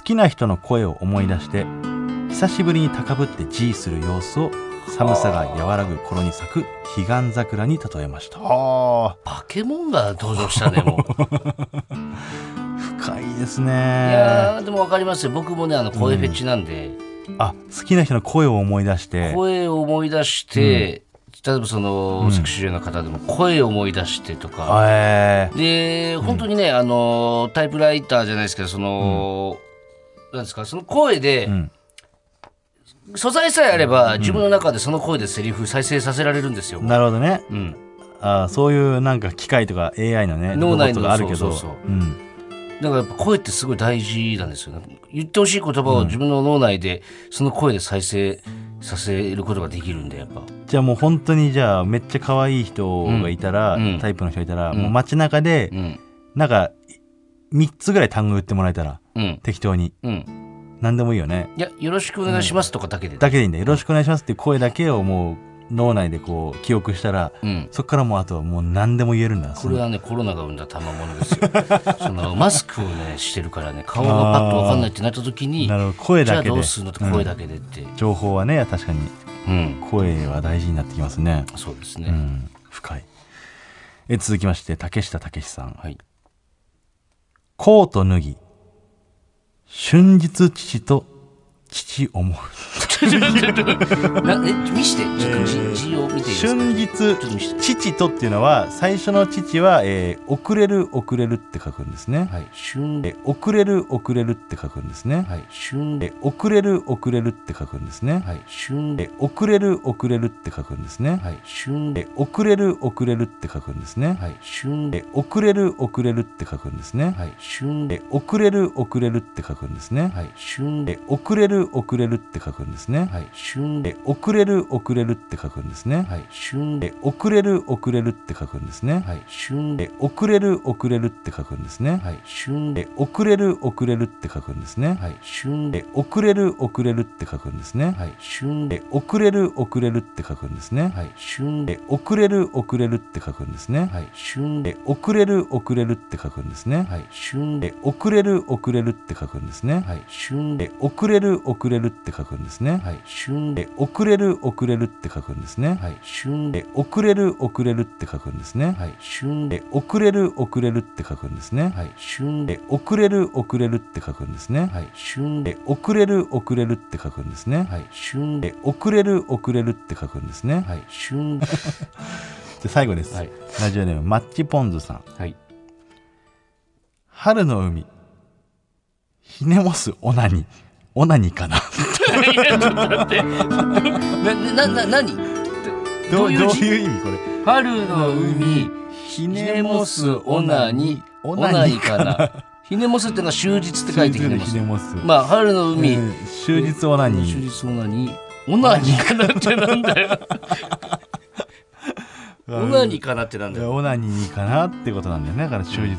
Speaker 3: きな人の声を思い出して久しぶりに高ぶって G する様子を寒さが和らぐ頃に咲く彼岸桜に例えましたあ
Speaker 2: バケモンが登場したねも [laughs] う
Speaker 3: 深いです
Speaker 2: い
Speaker 3: ね
Speaker 2: やーでもわかりますよ僕もねあの声フェチなんで、
Speaker 3: あ好きな人の声を思い出して
Speaker 2: 声を思い出して、例えばその、セクシー女優の方でも声を思い出してとか、
Speaker 3: えー
Speaker 2: で本当にね、あのタイプライターじゃないですけどその、なんですかその声で、
Speaker 3: ん
Speaker 2: 素材さえあれば、自分の中でその声でセリフ再生させられるんですよ。
Speaker 3: なるほどね
Speaker 2: うん、
Speaker 3: あーそういうなんか機械とか AI のね
Speaker 2: 脳内の
Speaker 3: ロボットがあるけど
Speaker 2: そうそうそう
Speaker 3: うん
Speaker 2: だからやっぱ声ってすごい大事なんですよね。言ってほしい言葉を自分の脳内で、その声で再生させることができるんでやっぱ。
Speaker 3: じゃあもう本当にじゃあめっちゃ可愛い人がいたら、
Speaker 2: うん
Speaker 3: タイプの人がいたら、
Speaker 2: ん
Speaker 3: もう街中で
Speaker 2: うん
Speaker 3: なんか3つぐらい単語言ってもらえたら
Speaker 2: うん
Speaker 3: 適当に
Speaker 2: うん、
Speaker 3: 何でもいいよね
Speaker 2: いやよろしくお願いしますとかだけで、
Speaker 3: だけでいいんだよよろしくお願いしますっていう声だけをもう脳内でこう記憶したら
Speaker 2: うん、
Speaker 3: そこからもうあとはもう何でも言えるんだ
Speaker 2: これはねコロナが生んだ賜物です
Speaker 3: [laughs]
Speaker 2: よそのマスクをねしてるからね顔がパッと分かんないってなった時に
Speaker 3: なるほど声
Speaker 2: じゃあ
Speaker 3: だけ
Speaker 2: ど
Speaker 3: で
Speaker 2: うするのって声だけでって
Speaker 3: 情報はね確かに
Speaker 2: うん、
Speaker 3: 声は大事になってきますね
Speaker 2: そうですね、
Speaker 3: うん深いえ続きまして竹下武さん
Speaker 2: はい
Speaker 3: コート脱ぎ、春日父と父思う。
Speaker 2: ちょちょちょちょなえ見してちょっと字字を見ていいですか
Speaker 3: 春日
Speaker 2: と見せ
Speaker 3: 父とっていうのは最初の父は、えー遅れる遅れるって書くんです
Speaker 2: は
Speaker 3: ね、
Speaker 2: い春
Speaker 3: えー遅れる遅れるって書くんです
Speaker 2: は
Speaker 3: ね、
Speaker 2: い春
Speaker 3: えー遅れる遅れるって書くんですね、
Speaker 2: はい春
Speaker 3: えー遅れる遅れるって書くんですね、
Speaker 2: はい春
Speaker 3: えー遅れる遅れるって書くんですね、
Speaker 2: はい春
Speaker 3: えー遅れる遅れるって書くんですね、
Speaker 2: はい春
Speaker 3: えー遅れる遅れるって書くんですね、
Speaker 2: はい春
Speaker 3: えー遅れる遅れるって書くん
Speaker 2: はい春
Speaker 3: ですね、えー遅れる遅れるって書くんで
Speaker 2: はい春
Speaker 3: すね、えー遅れる遅れるって書くんですね、
Speaker 2: はい春
Speaker 3: えー遅れる遅れるって書くんですね、
Speaker 2: はい春
Speaker 3: えー遅れる遅れるって書くんですね、
Speaker 2: はい春
Speaker 3: えー遅れる遅れるって書くんですね、
Speaker 2: はい春
Speaker 3: えー遅れる遅れるって書くんですね、
Speaker 2: はい春
Speaker 3: えー遅れる遅れるって書くんですね、
Speaker 2: はい春
Speaker 3: えー遅れる遅れるって書くんですね、
Speaker 2: はい春
Speaker 3: えー遅れる遅れるって書くんですね、
Speaker 2: はい春
Speaker 3: えー遅れる遅れるって書くんですね、
Speaker 2: はい春
Speaker 3: えー遅れる遅れるって書くんですね、
Speaker 2: はい春
Speaker 3: えー遅れる遅れるって書くんですね、
Speaker 2: はい春
Speaker 3: えー遅れる遅れるって書くんですね、
Speaker 2: はい春
Speaker 3: えー遅れる遅れるって書くんです
Speaker 2: は
Speaker 3: ね、
Speaker 2: い春
Speaker 3: えー遅れる遅れるって書くんですね、
Speaker 2: はい春
Speaker 3: えー遅れる遅れるって書くんですね、
Speaker 2: はい春
Speaker 3: で最後です、
Speaker 2: はい
Speaker 3: ラジオネームマッチポンズさん [laughs]
Speaker 2: はい
Speaker 3: 春の海ひねもすオナニオナニかな
Speaker 2: いやちょっと待ってななな何 [laughs] ど
Speaker 3: ど
Speaker 2: う
Speaker 3: う
Speaker 2: いう
Speaker 3: どう
Speaker 2: 字
Speaker 3: いう意味これ
Speaker 2: 春の海
Speaker 3: ひ
Speaker 2: ひねもすオナニオナニかなひねもすってのは終日って書いてひねもすまあ春の海、
Speaker 3: うん終日オナニ
Speaker 2: 終日オナニオナニかなってなんだよオナニかなってなんだよ
Speaker 3: オナニーかなってことなんだよねだから終日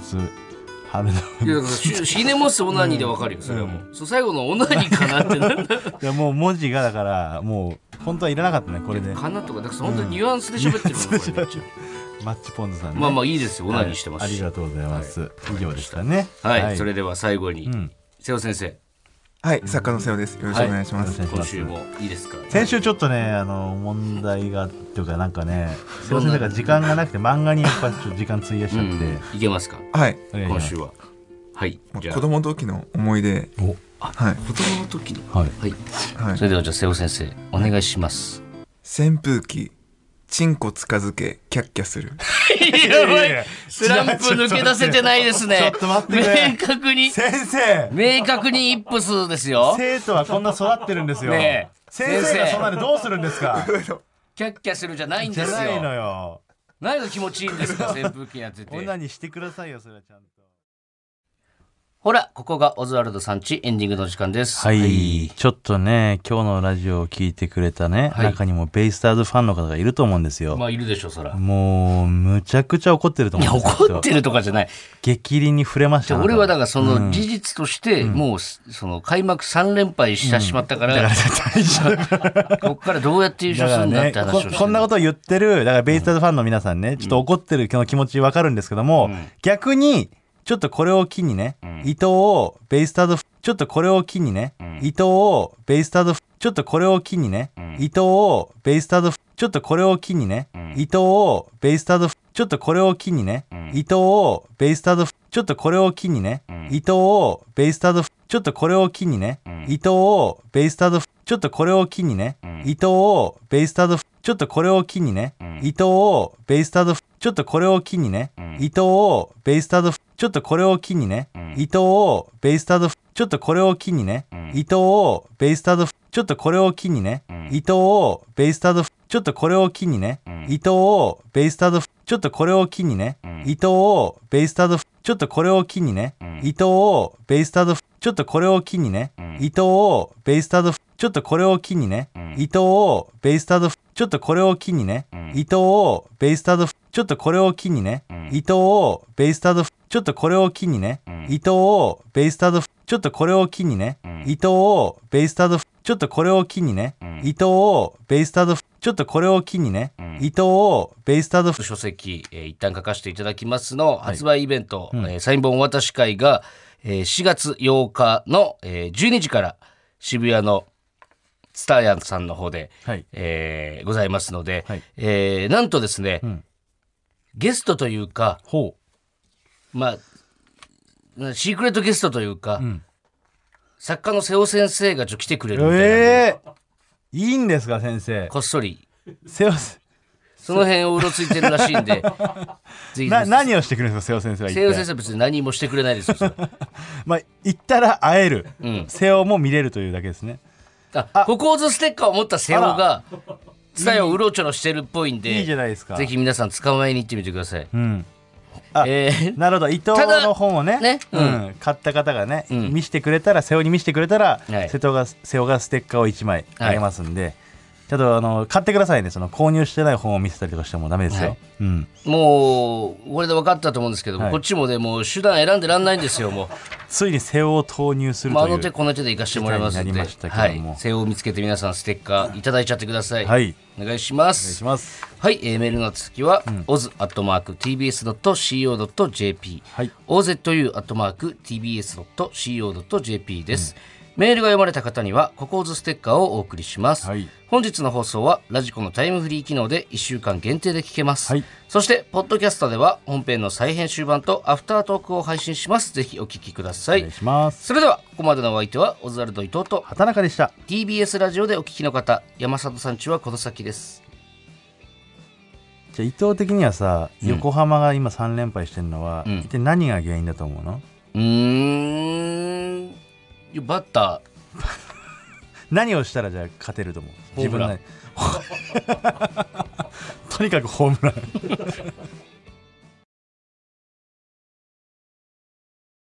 Speaker 3: 春の
Speaker 2: い
Speaker 3: 海
Speaker 2: やだからしひねもすオナニでわかるよそれはもう、そう最後のオナニかなってなんだよ
Speaker 3: いやもう文字がだからもう本当はいらなかったねこれで
Speaker 2: かなとかだから本当にニュアンスで喋ってるもん、これめっちゃ
Speaker 3: マッチポンズさんね
Speaker 2: まあまあいいですよオ
Speaker 3: は
Speaker 2: ナ
Speaker 3: い
Speaker 2: ニしてます
Speaker 3: あ
Speaker 2: し
Speaker 3: りがとうございます、以上でしたね
Speaker 2: はい、それでは最後に、
Speaker 3: ん
Speaker 2: 瀬尾先生
Speaker 4: はい、作家の瀬尾です。よろしくお願いします。
Speaker 3: はい
Speaker 2: 今週もいいですか
Speaker 3: 先週ちょっとねあの問題がというかなんかねその先生が時間がなくて漫画にやっぱちょっと時間費やしちゃって、
Speaker 2: いけますか
Speaker 4: はい、
Speaker 3: お願いしま
Speaker 2: 今
Speaker 3: す
Speaker 2: 週ははい
Speaker 4: まあ
Speaker 2: じゃあ
Speaker 4: 子供の時の思い出。
Speaker 3: お
Speaker 4: はい、
Speaker 2: 子供の時の
Speaker 3: はい
Speaker 2: はい、
Speaker 4: はい
Speaker 2: それではじゃあ瀬尾先生お願いします
Speaker 4: 扇風機、チンコつかづけ、キャッキャする。
Speaker 2: やば
Speaker 3: いや
Speaker 2: いスランプ抜け出せてないですね
Speaker 3: ちょっと待ってくれ
Speaker 2: 明確に
Speaker 3: 先生
Speaker 2: 明確に一歩数ですよ
Speaker 3: 生徒はこんな育ってるんですよ、
Speaker 2: ねえ
Speaker 3: 先生がそんなでどうするんですか
Speaker 2: キャッキャするじゃないん
Speaker 3: じ
Speaker 2: で
Speaker 3: ゃ
Speaker 2: す
Speaker 3: ない
Speaker 2: よ
Speaker 3: のよ
Speaker 2: 何が気持ちいいんです
Speaker 3: [laughs]
Speaker 2: か扇風機やってて
Speaker 3: 女にしてくださいよそれはちゃんと
Speaker 2: ほらここがオズワルドさんちエンディングの時間です
Speaker 3: ちょっとね今日のラジオを聞いてくれたね、
Speaker 2: はい中
Speaker 3: にもベイスターズファンの方がいると思うんですよ
Speaker 2: まあいるでしょそら
Speaker 3: もうむちゃくちゃ怒ってると
Speaker 2: いや怒ってるとかじゃない
Speaker 3: 激凛に触れまし
Speaker 2: じゃあ俺はだからその事実として、もうすその開幕3連敗してしまったから、
Speaker 3: 大丈夫
Speaker 2: ここからどうやって優
Speaker 3: だ
Speaker 2: 勝
Speaker 3: か
Speaker 2: するん
Speaker 3: ら
Speaker 2: だっ
Speaker 3: ね
Speaker 2: て話をして
Speaker 3: こ
Speaker 2: る
Speaker 3: こんなことを言ってるだからベイスターズファンの皆さんね、ちょっと怒ってるこの気持ちわかるんですけども、逆にちょっとこれを機にね、伊藤をベイスターズちょっとこれを機にね、伊藤をベイスターズちょっとこれを機にね、伊藤をベイスターズちょっとこれを機にね、伊藤をベイスターズちょっとこれを機にね、伊藤をベイスターズちょっとこれを機にね、伊藤をベイスターズちょっとこれを機にね、伊藤をベイスターズちょっとこれを機にね、伊藤をベイスターズちょっとこれを機にね、伊藤をベイスターズちょっとこれを機にね、伊藤をベイスターズちょっとこれを機にね、伊藤をベイスターズちょっとこれを機にね、伊藤をベイスターズちょっとこれを機にね、伊藤をベイスターズちょっとこれを機にね、伊藤をベイスターズちょっとこれを機にね、伊藤をベイスターズちょっとこれを機にね、伊藤をベイスターズちょっとこれを機にね、伊藤をベイスターズちょっとこれを機にね、伊藤をベイスターズちょっとこれを機にね、伊藤をベイスターズちょっとこれを機にね、伊藤をベイスターズちょっとこれを機にね、伊藤をベイスターズちょっとこれを機にね、伊藤をベイスターズちょっとこれを機にね、伊藤をベイスターズちょっとこれを機にね、伊藤をベイスターズ
Speaker 2: 書籍、えー一旦書かせていただきますの発売イベント、えーサイン本お渡し会が、えー4月8日の、えー12時から渋谷のスターヤンさんの方で、
Speaker 3: はい
Speaker 2: えーございますので、
Speaker 3: はい
Speaker 2: えーなんとですね、
Speaker 3: ん
Speaker 2: ゲストというか、
Speaker 3: ほ
Speaker 2: まあ、シークレットゲストというか、作家の瀬尾先生がちょっと来てくれるみたいなんで、
Speaker 3: ええいいんですか先生
Speaker 2: こっそり
Speaker 3: 瀬尾せ
Speaker 2: その辺をうろついてるらしいん
Speaker 3: [laughs]
Speaker 2: でぜひ
Speaker 3: な何をしてくれるんですか瀬尾先生は
Speaker 2: 西洋
Speaker 3: 一
Speaker 2: 先
Speaker 3: 体
Speaker 2: 生は別に何もしてくれないですよそれ
Speaker 3: まあ行ったら会える、
Speaker 2: ん
Speaker 3: 瀬尾も見れるというだけですね
Speaker 2: あここをずステッカーを持った瀬尾が伝えをうろちょろしてるっぽいんで
Speaker 3: いいじゃないですか
Speaker 2: ぜひ皆さん捕まえに行ってみてください、
Speaker 3: うんあ
Speaker 2: えー
Speaker 3: なるほど伊藤
Speaker 2: ただ
Speaker 3: の本をね
Speaker 2: ね
Speaker 3: う
Speaker 2: うんん
Speaker 3: 買った方がね、
Speaker 2: ん
Speaker 3: 見してくれたら瀬尾に見せてくれたら、
Speaker 2: はい
Speaker 3: 瀬戸が瀬尾がステッカーを1枚あげますんで、ちょっとあの買ってくださいねその購入してない本を見せたりとかしてもダメですよ、
Speaker 2: はい
Speaker 3: うん、
Speaker 2: もうこれで分かったと思うんですけども、
Speaker 3: はい
Speaker 2: こっちもねもう手段選んでらんないんですよ
Speaker 3: [laughs]
Speaker 2: も
Speaker 3: ついに瀬尾を投入す
Speaker 2: う
Speaker 3: る
Speaker 2: まあ
Speaker 3: と
Speaker 2: あ
Speaker 3: いう、
Speaker 2: の手この手で行かしてもらいますん
Speaker 3: 事態に
Speaker 2: で
Speaker 3: なりました
Speaker 2: は
Speaker 3: けども
Speaker 2: い、瀬尾を見つけて皆さんステッカーいただいちゃってください、
Speaker 3: はい
Speaker 2: お願いしま
Speaker 3: お願い
Speaker 2: す
Speaker 3: します
Speaker 2: はい、えーメールの続きは、oz.tbs.co.jp、
Speaker 3: はい
Speaker 2: ozu.tbs.co.jp です、メールが読まれた方には、ココーズステッカーをお送りします。
Speaker 3: はい
Speaker 2: 本日の放送は、ラジコのタイムフリー機能で1週間限定で聞けます。
Speaker 3: はい
Speaker 2: そして、ポッドキャストでは、本編の再編集版とアフタートークを配信します。ぜひお聞きくださ
Speaker 3: お願
Speaker 2: い
Speaker 3: い。します
Speaker 2: それでは、ここまでのお相手は、オズワルド伊藤と、
Speaker 3: 畑中でした
Speaker 2: TBS ラジオでお聞きの方、山里さんちはこの先です。
Speaker 3: じゃあ伊藤的にはさ、横浜が今3連敗してるのは、
Speaker 2: うん
Speaker 3: 一体何が原因だと思うの [laughs]
Speaker 2: うーんいやバッタ
Speaker 3: 何をしたらじゃあ勝てると思う [laughs]
Speaker 2: ホームラン
Speaker 3: 自分なりとにかくホームラン